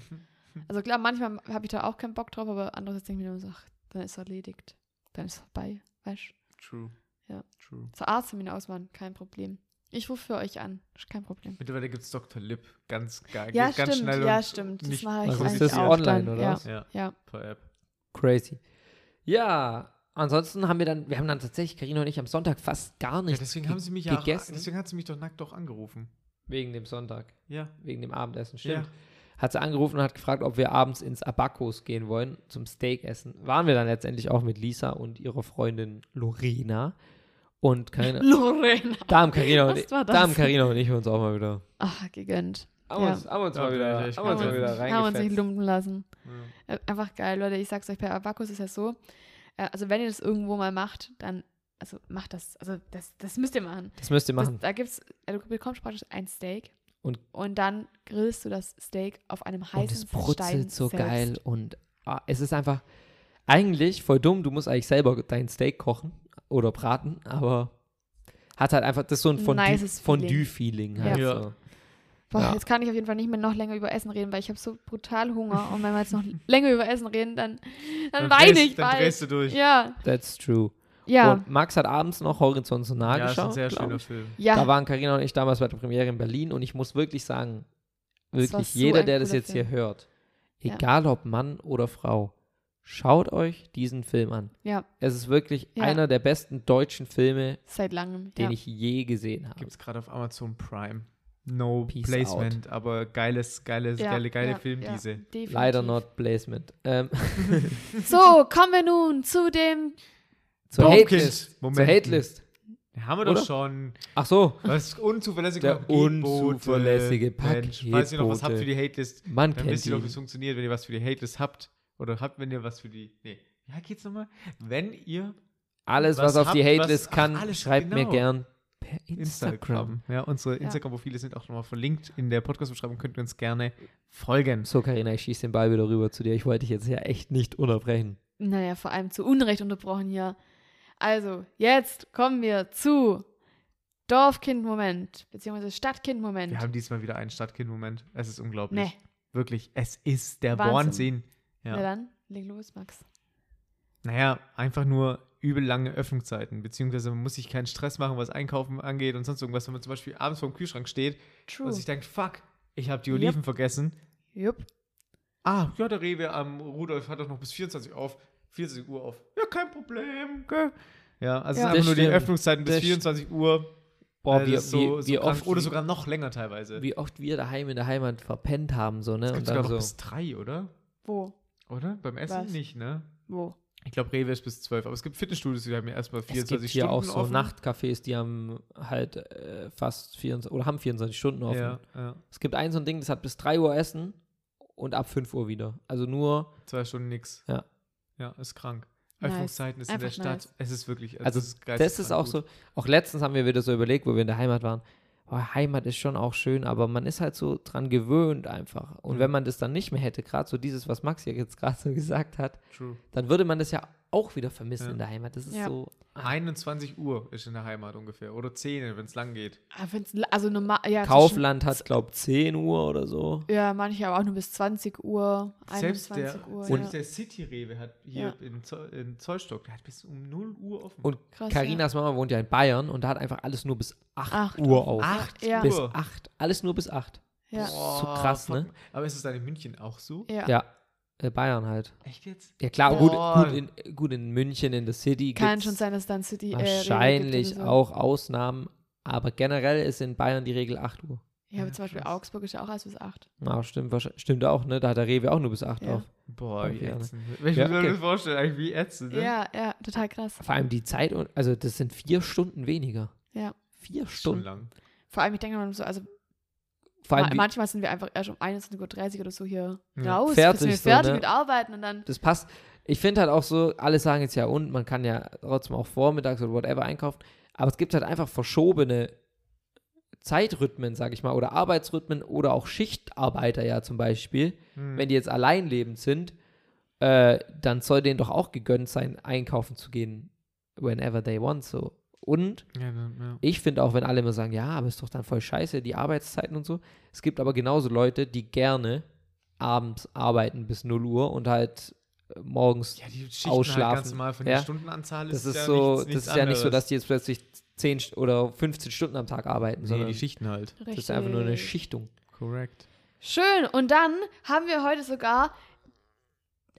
Speaker 4: also klar, manchmal habe ich da auch keinen Bock drauf, aber andererseits denke ich mir nur so, ach, dann ist erledigt. Dann ist vorbei, weißt du.
Speaker 2: True.
Speaker 4: Ja.
Speaker 2: True.
Speaker 4: Zur Arzttermin ausmachen, kein Problem. Ich rufe für euch an, ist kein Problem.
Speaker 2: Mittlerweile gibt es Dr. Lip. Ganz geil.
Speaker 4: Ja,
Speaker 2: geht ganz
Speaker 4: stimmt,
Speaker 2: schnell
Speaker 4: ja,
Speaker 2: und
Speaker 4: stimmt. Das
Speaker 2: nicht Also
Speaker 4: mache
Speaker 1: Was
Speaker 4: ich
Speaker 1: Also, ist
Speaker 4: eigentlich
Speaker 1: das
Speaker 4: auch
Speaker 1: online
Speaker 4: dann,
Speaker 1: oder
Speaker 4: ja.
Speaker 1: was?
Speaker 2: Ja,
Speaker 4: Ja,
Speaker 2: per App.
Speaker 1: Crazy. Ja, ansonsten haben wir dann, wir haben dann tatsächlich, Karina und ich, am Sonntag fast gar
Speaker 2: Ja,
Speaker 1: nicht
Speaker 2: deswegen
Speaker 1: ge-
Speaker 2: haben sie mich ja auch,
Speaker 1: gegessen.
Speaker 2: deswegen hat sie mich doch nackt doch angerufen.
Speaker 1: wegen dem Sonntag,
Speaker 2: Ja.
Speaker 1: wegen dem Abendessen, stimmt.
Speaker 2: Ja.
Speaker 1: Hat sie angerufen und hat gefragt, ob wir abends ins Abacus gehen wollen zum Steak essen. Waren wir dann letztendlich auch mit Lisa und ihrer Freundin Lorena und
Speaker 4: <laughs>
Speaker 1: Karina.
Speaker 4: Lorena.
Speaker 1: da haben Karina und
Speaker 4: Was
Speaker 1: ich,
Speaker 4: war
Speaker 1: da
Speaker 4: das?
Speaker 1: haben Karina und ich uns auch mal wieder.
Speaker 4: Ach, gegönnt.
Speaker 1: Haben wir
Speaker 4: Ja.
Speaker 1: uns, haben wir uns
Speaker 2: Ja,
Speaker 1: mal wieder,
Speaker 2: bin
Speaker 1: haben
Speaker 2: ich echt
Speaker 1: wir uns mal wieder
Speaker 2: gespannt.
Speaker 4: haben wir uns nicht
Speaker 1: reingefetzt.
Speaker 4: lumpen lassen.
Speaker 2: ja.
Speaker 4: Äh, Einfach geil, Leute. Ich sag's euch, bei Abacus ist ja so, äh, also wenn ihr das irgendwo mal macht, dann, also macht das, also das, das müsst ihr machen.
Speaker 1: Das müsst ihr machen.
Speaker 4: Das, da gibt's, äh, du bekommst praktisch ein Steak
Speaker 1: Und-
Speaker 4: dann grillst du das Steak auf einem heißen
Speaker 1: und es
Speaker 4: Stein
Speaker 1: brutzelt so
Speaker 4: selbst.
Speaker 1: geil und ah, es ist einfach eigentlich voll dumm, du musst eigentlich selber dein Steak kochen oder braten, aber hat halt einfach das ist so ein Fondue-
Speaker 4: Nices Feeling.
Speaker 1: Fondue-Feeling halt
Speaker 2: Ja.
Speaker 1: so.
Speaker 4: Boah,
Speaker 1: Ja.
Speaker 4: jetzt kann ich auf jeden Fall nicht mehr noch länger über Essen reden, weil ich habe so brutal Hunger und wenn wir jetzt noch <laughs> länger über Essen reden, dann, dann, weine
Speaker 2: drehst-
Speaker 4: ich
Speaker 2: Dann drehst
Speaker 4: bald.
Speaker 2: du durch.
Speaker 4: Ja,
Speaker 1: That's true.
Speaker 4: ja.
Speaker 1: Und Max hat abends noch Horizont so nah
Speaker 2: Ja, ist ein
Speaker 1: geschaut.
Speaker 2: sehr
Speaker 1: glaub
Speaker 2: schöner
Speaker 1: ich.
Speaker 2: Film.
Speaker 4: ja.
Speaker 1: Da waren Karina und ich damals bei der Premiere in Berlin und ich muss wirklich sagen,
Speaker 4: Das war
Speaker 1: wirklich
Speaker 4: so
Speaker 1: jeder,
Speaker 4: ein
Speaker 1: der das
Speaker 4: cooler
Speaker 1: jetzt hier hört,
Speaker 4: Ja.
Speaker 1: egal ob Mann oder Frau, schaut euch diesen Film an.
Speaker 4: ja,
Speaker 1: Es ist wirklich
Speaker 4: Ja.
Speaker 1: einer der besten deutschen Filme,
Speaker 4: seit langem.
Speaker 1: den
Speaker 4: ja.
Speaker 1: ich je gesehen habe.
Speaker 2: Gibt es gerade auf Amazon Prime. No
Speaker 1: Peace
Speaker 2: Placement, aber geiles, geiles,
Speaker 4: Ja,
Speaker 2: Also geile, geile
Speaker 4: ja,
Speaker 2: Filmwiese.
Speaker 4: Ja, definitiv.
Speaker 1: Leider not placement. Ähm,
Speaker 4: <laughs>
Speaker 1: <laughs>
Speaker 4: So, kommen wir nun zu dem.
Speaker 1: zur
Speaker 2: Pumpkin.
Speaker 1: Hatelist. Zur
Speaker 2: Moment.
Speaker 1: Hatelist.
Speaker 2: Haben wir
Speaker 1: Oder?
Speaker 2: doch schon.
Speaker 1: Ach so.
Speaker 2: Was unzuverlässige
Speaker 1: Der
Speaker 2: Paketbote,
Speaker 1: unzuverlässige
Speaker 2: Mensch, Falls ihr noch was habt für die Hatelist,
Speaker 1: Man
Speaker 2: dann
Speaker 1: kennt
Speaker 2: wisst ihr doch, wie
Speaker 1: ihn.
Speaker 2: es funktioniert, wenn ihr was für die Hatelist habt. Oder habt, wenn ihr was für die. Nee. Ja, geht's nochmal? Wenn ihr
Speaker 1: Alles, was,
Speaker 2: was
Speaker 1: auf die
Speaker 2: habt,
Speaker 1: Hatelist
Speaker 2: was-
Speaker 1: kann,
Speaker 2: ach, alles,
Speaker 1: schreibt mir
Speaker 2: genau.
Speaker 1: gern per Instagram.
Speaker 2: Instagram. Ja, unsere Instagram-Profile sind auch nochmal verlinkt in der Podcast-Beschreibung. Könnt ihr uns gerne folgen.
Speaker 1: So, Karina, ich schieße den Ball wieder rüber zu dir. Ich wollte dich jetzt ja echt nicht unterbrechen.
Speaker 4: Naja, vor allem zu Unrecht unterbrochen hier. Also, jetzt kommen wir zu Dorfkind-Moment, beziehungsweise Stadtkind-Moment.
Speaker 2: Wir haben diesmal wieder einen Stadtkind-Moment. Es ist unglaublich.
Speaker 4: nee,
Speaker 2: Wirklich, es ist der
Speaker 4: Wahnsinn.
Speaker 2: Wahnsinn.
Speaker 4: na
Speaker 2: Ja.
Speaker 4: dann, leg los, Max.
Speaker 2: Naja, einfach nur übel lange Öffnungszeiten. Beziehungsweise man muss sich keinen Stress machen, was Einkaufen angeht und sonst irgendwas. Wenn man zum Beispiel abends vorm Kühlschrank steht
Speaker 4: True.
Speaker 2: und sich denkt, fuck, ich habe die Oliven vergessen.
Speaker 4: Jupp.
Speaker 2: Ah, ja, der Rewe am Rudolf hat doch noch bis 24 auf. 24 Uhr auf. Ja, kein Problem. Gell? Ja, also
Speaker 4: Ja.
Speaker 2: es
Speaker 1: Das
Speaker 2: sind einfach nur die
Speaker 1: stimmt.
Speaker 2: Öffnungszeiten bis
Speaker 1: Das
Speaker 2: 24 Uhr.
Speaker 1: Boah,
Speaker 2: Äh,
Speaker 1: wie,
Speaker 2: das ist so,
Speaker 1: wie,
Speaker 2: so
Speaker 1: wie,
Speaker 2: krank.
Speaker 1: oft,
Speaker 2: oder sogar noch länger teilweise.
Speaker 1: wie oft wir daheim in der Heimat verpennt haben, so, ne?
Speaker 2: Es gibt
Speaker 1: Und dann
Speaker 2: sogar noch
Speaker 1: so.
Speaker 2: bis drei, oder?
Speaker 4: Wo?
Speaker 2: Oder? Beim Essen
Speaker 4: Was?
Speaker 2: nicht, ne?
Speaker 4: Wo?
Speaker 2: Ich glaube, Rewe ist bis zwölf. Aber es gibt Fitnessstudios, die haben ja erstmal
Speaker 1: Es
Speaker 2: 24
Speaker 1: gibt hier
Speaker 2: Stunden
Speaker 1: auch so
Speaker 2: offen.
Speaker 1: Nachtcafés, die haben halt äh, fast 24 oder haben 24 Stunden offen.
Speaker 2: Ja, ja.
Speaker 1: Es gibt ein so ein Ding, das hat bis 3 Uhr Essen und ab 5 Uhr wieder. Also nur,
Speaker 2: Zwei Stunden nix.
Speaker 1: Ja.
Speaker 2: Ja, ist krank.
Speaker 4: Nice.
Speaker 2: Öffnungszeiten ist
Speaker 4: Einfach
Speaker 2: in der Stadt. Es ist wirklich.
Speaker 1: also
Speaker 2: es
Speaker 1: das ist, auch so. Auch letztens haben wir wieder so überlegt, wo wir in der Heimat waren. Boah, Heimat ist schon auch schön, aber man ist halt so dran gewöhnt einfach. Und
Speaker 2: Mhm.
Speaker 1: wenn man das dann nicht mehr hätte, gerade so dieses, was Max hier jetzt gerade so <laughs> gesagt hat,
Speaker 2: True.
Speaker 1: dann würde man das ja auch wieder vermissen
Speaker 2: Ja.
Speaker 1: in der Heimat. Das ist
Speaker 4: Ja.
Speaker 1: so.
Speaker 2: 21 Uhr ist in der Heimat ungefähr. Oder 10, wenn es lang geht.
Speaker 4: Ah, wenn's- Also normal, ja, zwischen-
Speaker 1: Kaufland hat, glaube ich, 10 Uhr oder so.
Speaker 4: Ja, manche aber auch nur bis 20 Uhr, 21
Speaker 2: selbst der,
Speaker 4: Uhr.
Speaker 2: Selbst
Speaker 4: ja.
Speaker 2: der City-Rewe hat hier in, Zoll, in Zollstock, der hat bis um 0 Uhr offen.
Speaker 1: Und
Speaker 4: Krass,
Speaker 1: Karinas Mama wohnt ja in Bayern und da hat einfach alles nur bis 8,
Speaker 4: Acht
Speaker 1: Uhr auf.
Speaker 2: Acht
Speaker 4: Ja.
Speaker 1: Bis
Speaker 2: Uhr.
Speaker 1: 8. Alles nur bis 8.
Speaker 4: ja.
Speaker 1: Boah, so krass,
Speaker 2: fuck.
Speaker 1: ne?
Speaker 2: Aber ist es dann in München auch so?
Speaker 4: Ja.
Speaker 1: Ja. Äh, Bayern halt.
Speaker 2: Echt jetzt?
Speaker 1: Ja klar, gut,
Speaker 2: Boah.
Speaker 1: gut, in, gut in München, in der City
Speaker 4: Kann
Speaker 1: gibt's
Speaker 4: schon sein, dass dann City. äh, Rewe gibt
Speaker 1: wahrscheinlich
Speaker 4: oder so.
Speaker 1: auch Ausnahmen, aber generell ist in Bayern die Regel 8 Uhr.
Speaker 4: Ja, aber
Speaker 2: Ja,
Speaker 4: zum Beispiel
Speaker 2: krass.
Speaker 4: Augsburg ist ja auch erst bis 8.
Speaker 1: Na, stimmt, wahrscheinlich- stimmt auch, ne? Da hat der Rewe auch nur bis 8
Speaker 4: Ja.
Speaker 1: auf.
Speaker 2: Boah, wie
Speaker 1: Gerne.
Speaker 2: ätzend. Wenn ich
Speaker 1: Ja,
Speaker 2: mir
Speaker 1: okay.
Speaker 2: das vorstelle, eigentlich wie ätzend. Ne?
Speaker 4: Ja, ja, total krass.
Speaker 1: Vor allem die Zeit, und- also das sind vier Stunden weniger.
Speaker 4: Ja.
Speaker 1: Vier
Speaker 2: Schon
Speaker 1: Stunden.
Speaker 2: lang.
Speaker 4: Vor allem, ich denke mal so, also
Speaker 1: Vor allem,
Speaker 4: ma
Speaker 1: wie-
Speaker 4: manchmal sind wir einfach erst um 21.30 Uhr oder so hier
Speaker 2: Ja.
Speaker 4: raus,
Speaker 1: Fertig
Speaker 4: bis wir
Speaker 1: so,
Speaker 4: fertig
Speaker 1: ne?
Speaker 4: mit Arbeiten und dann.
Speaker 1: das passt. Ich finde halt auch so, alle sagen jetzt ja und, man kann ja trotzdem auch vormittags oder whatever einkaufen, aber es gibt halt einfach verschobene Zeitrhythmen, sag ich mal, oder Arbeitsrhythmen oder auch Schichtarbeiter ja zum Beispiel,
Speaker 2: Hm.
Speaker 1: wenn die jetzt alleinlebend sind, äh, dann soll denen doch auch gegönnt sein, einkaufen zu gehen, whenever they want, so. Und
Speaker 2: Ja, dann, ja.
Speaker 1: ich finde auch, wenn alle immer sagen, ja, aber ist doch dann voll scheiße, die Arbeitszeiten und so. Es gibt aber genauso Leute, die gerne abends arbeiten bis 0 Uhr und halt äh, morgens.
Speaker 2: ja, die Schichten halt ganz
Speaker 1: Ausschlafen.
Speaker 2: normal von der
Speaker 1: Ja.
Speaker 2: Stundenanzahl
Speaker 1: das ist
Speaker 2: ja
Speaker 1: so,
Speaker 2: nichts, nichts
Speaker 1: das ist ja nicht so,
Speaker 2: anderes.
Speaker 1: dass die jetzt plötzlich 10 St- oder 15 Stunden am Tag arbeiten,
Speaker 2: Nee,
Speaker 1: sondern
Speaker 2: die Schichten halt.
Speaker 1: das ist einfach nur eine
Speaker 4: richtig.
Speaker 1: Schichtung.
Speaker 2: Korrekt.
Speaker 4: Schön, und dann haben wir heute sogar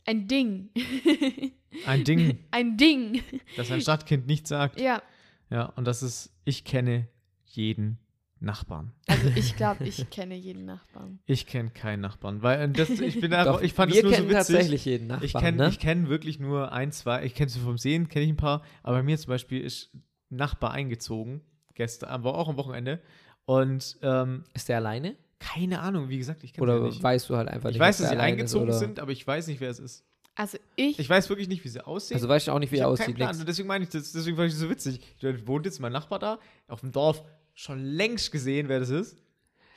Speaker 4: ein Ding. <laughs>
Speaker 2: Ein <laughs> Ding,
Speaker 4: ein Ding.
Speaker 2: das ein Stadtkind nicht sagt.
Speaker 4: Ja,
Speaker 2: Ja, und das ist, ich kenne jeden Nachbarn.
Speaker 4: also ich glaube, ich kenne jeden Nachbarn.
Speaker 2: Ich kenne keinen Nachbarn, weil äh, das,
Speaker 1: <laughs>
Speaker 2: ich bin einfach,
Speaker 1: Doch,
Speaker 2: ich fand
Speaker 1: wir
Speaker 2: es nur so
Speaker 1: kennen
Speaker 2: witzig.
Speaker 1: tatsächlich jeden Nachbarn,
Speaker 2: ich kenne
Speaker 1: ne?
Speaker 2: ich kenn wirklich nur ein, zwei, ich kenne sie vom Sehen, kenne ich ein paar, aber bei mir zum Beispiel ist ein Nachbar eingezogen, gestern, aber auch am Wochenende und ähm,
Speaker 1: ist der alleine?
Speaker 2: keine Ahnung, wie gesagt, ich kenne
Speaker 1: Oder
Speaker 2: sie ja nicht.
Speaker 1: weißt du halt einfach
Speaker 2: Ich
Speaker 1: nicht,
Speaker 2: weiß,
Speaker 1: ob der
Speaker 2: dass sie
Speaker 1: alleine ist
Speaker 2: eingezogen
Speaker 1: oder-
Speaker 2: sind, aber ich weiß nicht, wer es ist.
Speaker 4: Also ich,
Speaker 2: Ich weiß wirklich nicht, wie sie aussehen.
Speaker 1: Also weißt du auch nicht, wie
Speaker 2: ich
Speaker 1: er
Speaker 2: hab keinen
Speaker 1: aussieht.
Speaker 2: Plan.
Speaker 1: nix.
Speaker 2: Und deswegen meine ich das, deswegen fand ich das so witzig. Da wohnt jetzt mein Nachbar da, auf dem Dorf, schon längst gesehen, wer das ist.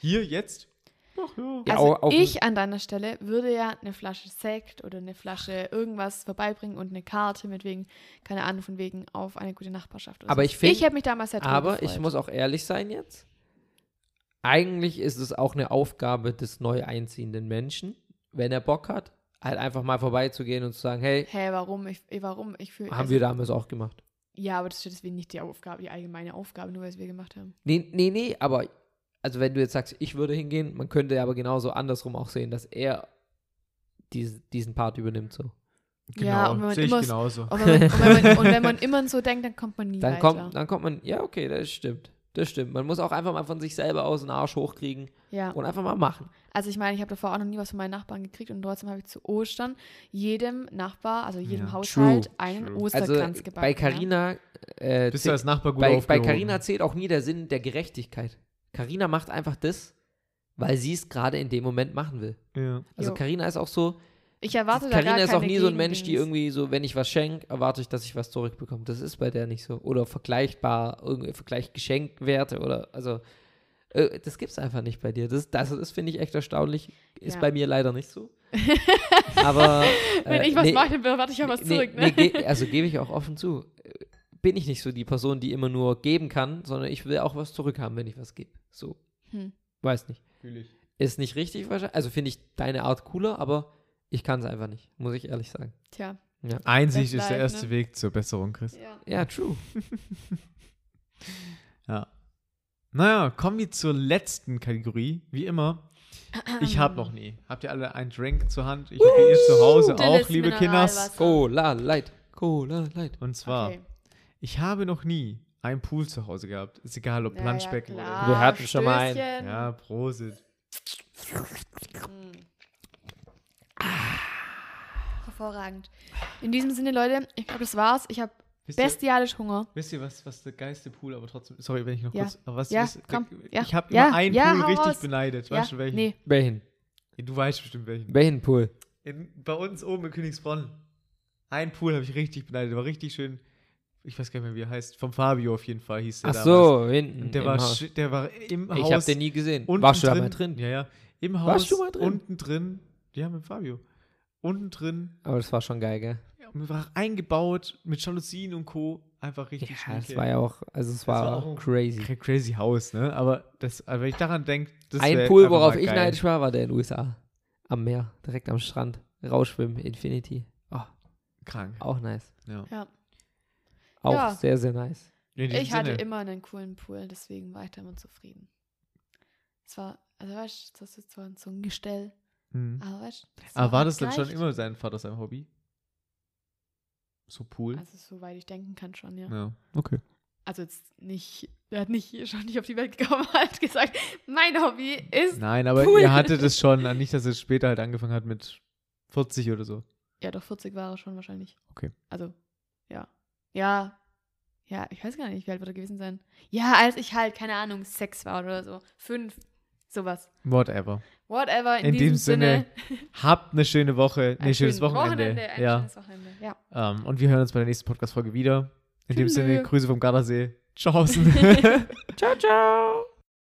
Speaker 2: Hier, jetzt. Ach ja.
Speaker 1: Ja,
Speaker 4: also
Speaker 1: au- auf-
Speaker 4: ich an deiner Stelle würde ja eine Flasche Sekt oder eine Flasche irgendwas vorbeibringen und eine Karte mit wegen, keine Ahnung, von wegen auf eine gute Nachbarschaft. Oder
Speaker 1: Aber
Speaker 4: so.
Speaker 1: ich find-
Speaker 4: Ich hätte mich damals sehr drüber
Speaker 1: Aber
Speaker 4: gefreut.
Speaker 1: ich muss auch ehrlich sein jetzt. Eigentlich ist es auch eine Aufgabe des neu einziehenden Menschen, wenn er Bock hat, halt einfach mal vorbeizugehen und zu sagen, hey,
Speaker 4: Hä, hey, warum? Ich, eh, warum? Ich fühle.
Speaker 2: also
Speaker 1: haben wir damals auch gemacht.
Speaker 4: Ja, aber das ist ja deswegen nicht die Aufgabe, die allgemeine Aufgabe, nur weil es wir gemacht
Speaker 1: <laughs>
Speaker 4: haben.
Speaker 1: Nee, nee, nee, aber also wenn du jetzt sagst, ich würde hingehen, man könnte ja aber genauso andersrum auch sehen, dass er dies, diesen Part übernimmt so.
Speaker 4: Ja, und wenn
Speaker 2: Genau,
Speaker 4: man
Speaker 2: sehe ich
Speaker 4: immer-
Speaker 2: genauso.
Speaker 4: Und wenn, man, und, wenn man, und wenn man immer so denkt, dann kommt man nie
Speaker 1: Dann
Speaker 4: weiter.
Speaker 1: kommt, dann kommt man, ja, okay, das stimmt. Das stimmt. Man muss auch einfach mal von sich selber aus den Arsch hochkriegen
Speaker 4: Ja.
Speaker 1: und einfach mal machen.
Speaker 4: Also ich meine, ich habe davor auch noch nie was von meinen Nachbarn gekriegt und trotzdem habe ich zu Ostern jedem Nachbar, also jedem
Speaker 2: Ja.
Speaker 4: Haushalt,
Speaker 1: True,
Speaker 4: einen
Speaker 2: true.
Speaker 1: Also
Speaker 4: Osterkranz gebacken.
Speaker 1: bei
Speaker 4: ja.
Speaker 1: Carina äh,
Speaker 2: Bist du als Nachbar gut
Speaker 1: bei, bei
Speaker 2: aufgehoben?
Speaker 1: Carina zählt auch nie der Sinn der Gerechtigkeit. Carina macht einfach das, weil sie es gerade in dem Moment machen will.
Speaker 2: Ja.
Speaker 1: Also
Speaker 4: Jo.
Speaker 1: Carina ist auch so,
Speaker 4: Ich erwarte da
Speaker 1: Carina
Speaker 4: gar
Speaker 1: ist auch
Speaker 4: keine
Speaker 1: nie so ein Mensch, die
Speaker 4: Gegendings.
Speaker 1: irgendwie so, wenn ich was schenke, erwarte ich, dass ich was zurückbekomme. Das ist bei der nicht so. Oder vergleichbar, irgendwie vergleich Geschenkwerte oder also äh, das gibt's einfach nicht bei dir. Das, das, das finde ich echt erstaunlich. Ist
Speaker 4: Ja.
Speaker 1: bei mir leider nicht
Speaker 4: <laughs>
Speaker 1: so. Aber
Speaker 4: <laughs> Wenn
Speaker 1: äh,
Speaker 4: ich was
Speaker 1: nee,
Speaker 4: mache, dann erwarte ich ja was
Speaker 1: nee,
Speaker 4: zurück, ne?
Speaker 1: nee, ge- also gebe ich auch offen zu. Äh, Bin ich nicht so die Person, die immer nur geben kann, sondern ich will auch was zurückhaben, wenn ich was gebe. So.
Speaker 4: Hm.
Speaker 1: Weiß nicht.
Speaker 2: Fühl ich.
Speaker 1: Ist nicht richtig wahrscheinlich. Also finde ich deine Art cooler, aber ich kann es einfach nicht, muss ich ehrlich sagen.
Speaker 4: Tja.
Speaker 2: Einsicht
Speaker 4: Das
Speaker 2: ist der
Speaker 4: Leid,
Speaker 2: erste
Speaker 4: ne?
Speaker 2: Weg zur Besserung, Chris.
Speaker 4: Ja.
Speaker 1: Ja, true.
Speaker 2: Ja. Naja, kommen wir zur letzten Kategorie. Wie immer, ich habe noch nie. Habt ihr alle einen Drink zur Hand? Ich hoffe, ihr zu Hause auch,
Speaker 4: Stilles
Speaker 2: liebe
Speaker 4: Mineralwasser.
Speaker 2: Kinders.
Speaker 1: Cola Light. Cola Light.
Speaker 2: Und zwar,
Speaker 4: Okay.
Speaker 2: ich habe noch nie einen Pool zu Hause gehabt. Ist egal, ob
Speaker 4: Ja,
Speaker 2: Planschbecken
Speaker 4: ja,
Speaker 2: oder...
Speaker 4: klar.
Speaker 1: Wir hatten schon mal einen.
Speaker 4: Stößchen.
Speaker 2: Ja, Prosit.
Speaker 4: Mm. Ah. Hervorragend. In diesem Sinne, Leute, ich glaube, das war's. Ich habe
Speaker 2: Wisst ihr,
Speaker 4: bestialisch Hunger.
Speaker 2: wisst ihr was, was der geilste Pool, aber trotzdem... Sorry, wenn ich noch
Speaker 4: Ja.
Speaker 2: kurz... Aber was,
Speaker 4: Ja,
Speaker 2: wisst ihr-
Speaker 4: komm, ja.
Speaker 2: Ich habe
Speaker 4: Ja,
Speaker 2: immer einen
Speaker 4: ja,
Speaker 2: Pool
Speaker 4: hau
Speaker 2: richtig
Speaker 4: raus.
Speaker 2: beneidet. Weißt du
Speaker 4: ja,
Speaker 2: welchen?
Speaker 4: nee.
Speaker 1: Welchen?
Speaker 2: Du weißt bestimmt welchen.
Speaker 1: Welchen Pool?
Speaker 2: In, bei uns oben in Königsbronn. Ein Pool habe ich richtig beneidet. Der war richtig schön. Ich weiß gar nicht mehr, wie er heißt. Vom Fabio auf jeden Fall hieß der.
Speaker 1: Ach
Speaker 2: damals.
Speaker 1: so, hinten.
Speaker 2: Und der,
Speaker 1: im
Speaker 2: war,
Speaker 1: Haus.
Speaker 2: schön- der war im Haus.
Speaker 1: Ich habe den nie gesehen.
Speaker 2: unten
Speaker 1: Warst du da
Speaker 2: drin,
Speaker 1: mal drin?
Speaker 2: Ja, ja. Im Haus.
Speaker 1: Warst du mal drin?
Speaker 2: Unten drin. Ja, mit Fabio. Unten drin.
Speaker 1: Aber das war schon geil, gell?
Speaker 2: Ja, und war eingebaut mit Jalousien und Co. Einfach richtig schön.
Speaker 1: Ja, es war ja auch, also es
Speaker 2: war
Speaker 1: war,
Speaker 2: auch ein
Speaker 1: crazy.
Speaker 2: Kein crazy Haus, ne? Aber das, also wenn ich daran denke, das
Speaker 1: Ein
Speaker 2: wär
Speaker 1: Pool,
Speaker 2: einfach mal
Speaker 1: worauf ich
Speaker 2: geil.
Speaker 1: neidisch war, war der in den USA. Am Meer, direkt am Strand. Rausschwimmen, Infinity. Oh,
Speaker 2: Krank.
Speaker 1: auch nice.
Speaker 2: Ja.
Speaker 4: Ja.
Speaker 1: Auch
Speaker 4: Ja.
Speaker 1: sehr, sehr nice.
Speaker 2: In diesem
Speaker 4: Ich hatte
Speaker 2: Sinne.
Speaker 4: immer einen coolen Pool, deswegen war ich da immer zufrieden. Es war, also weißt du, das ist zwar so ein Gestell,
Speaker 2: Mhm.
Speaker 4: aber weißt du. es
Speaker 2: Aber war
Speaker 4: hat
Speaker 2: das dann schon
Speaker 4: gereicht.
Speaker 2: immer sein Vater sein Hobby? So Pool?
Speaker 4: Also, soweit ich denken kann, schon, ja.
Speaker 2: ja. Okay.
Speaker 4: Also, jetzt nicht, er hat nicht, schon nicht auf die Welt gekommen, <laughs> aber hat gesagt, mein Hobby ist.
Speaker 2: Nein, aber
Speaker 4: Pool.
Speaker 2: ihr hattet es schon, nicht, dass es später halt angefangen hat mit 40 oder so.
Speaker 4: Ja, doch 40 war er schon wahrscheinlich.
Speaker 2: Okay.
Speaker 4: Also, ja. Ja. Ja, ich weiß gar nicht, wie alt wird er gewesen sein. Ja, als ich halt, keine Ahnung, sechs war oder so. Fünf, sowas.
Speaker 2: Whatever.
Speaker 4: Whatever, in,
Speaker 2: In
Speaker 4: diesem
Speaker 2: diesem Sinne, Habt eine schöne Woche,
Speaker 4: ein
Speaker 2: ein schönes Wochenende.
Speaker 4: ein
Speaker 2: ja.
Speaker 4: schönes Wochenende. Ja.
Speaker 2: Ähm, und wir hören uns bei der nächsten Podcast-Folge wieder. In dem
Speaker 4: Tüdelü. <laughs>
Speaker 2: Sinne, Grüße vom Gardasee. Tschaußen. <laughs>
Speaker 1: Ciao, ciao.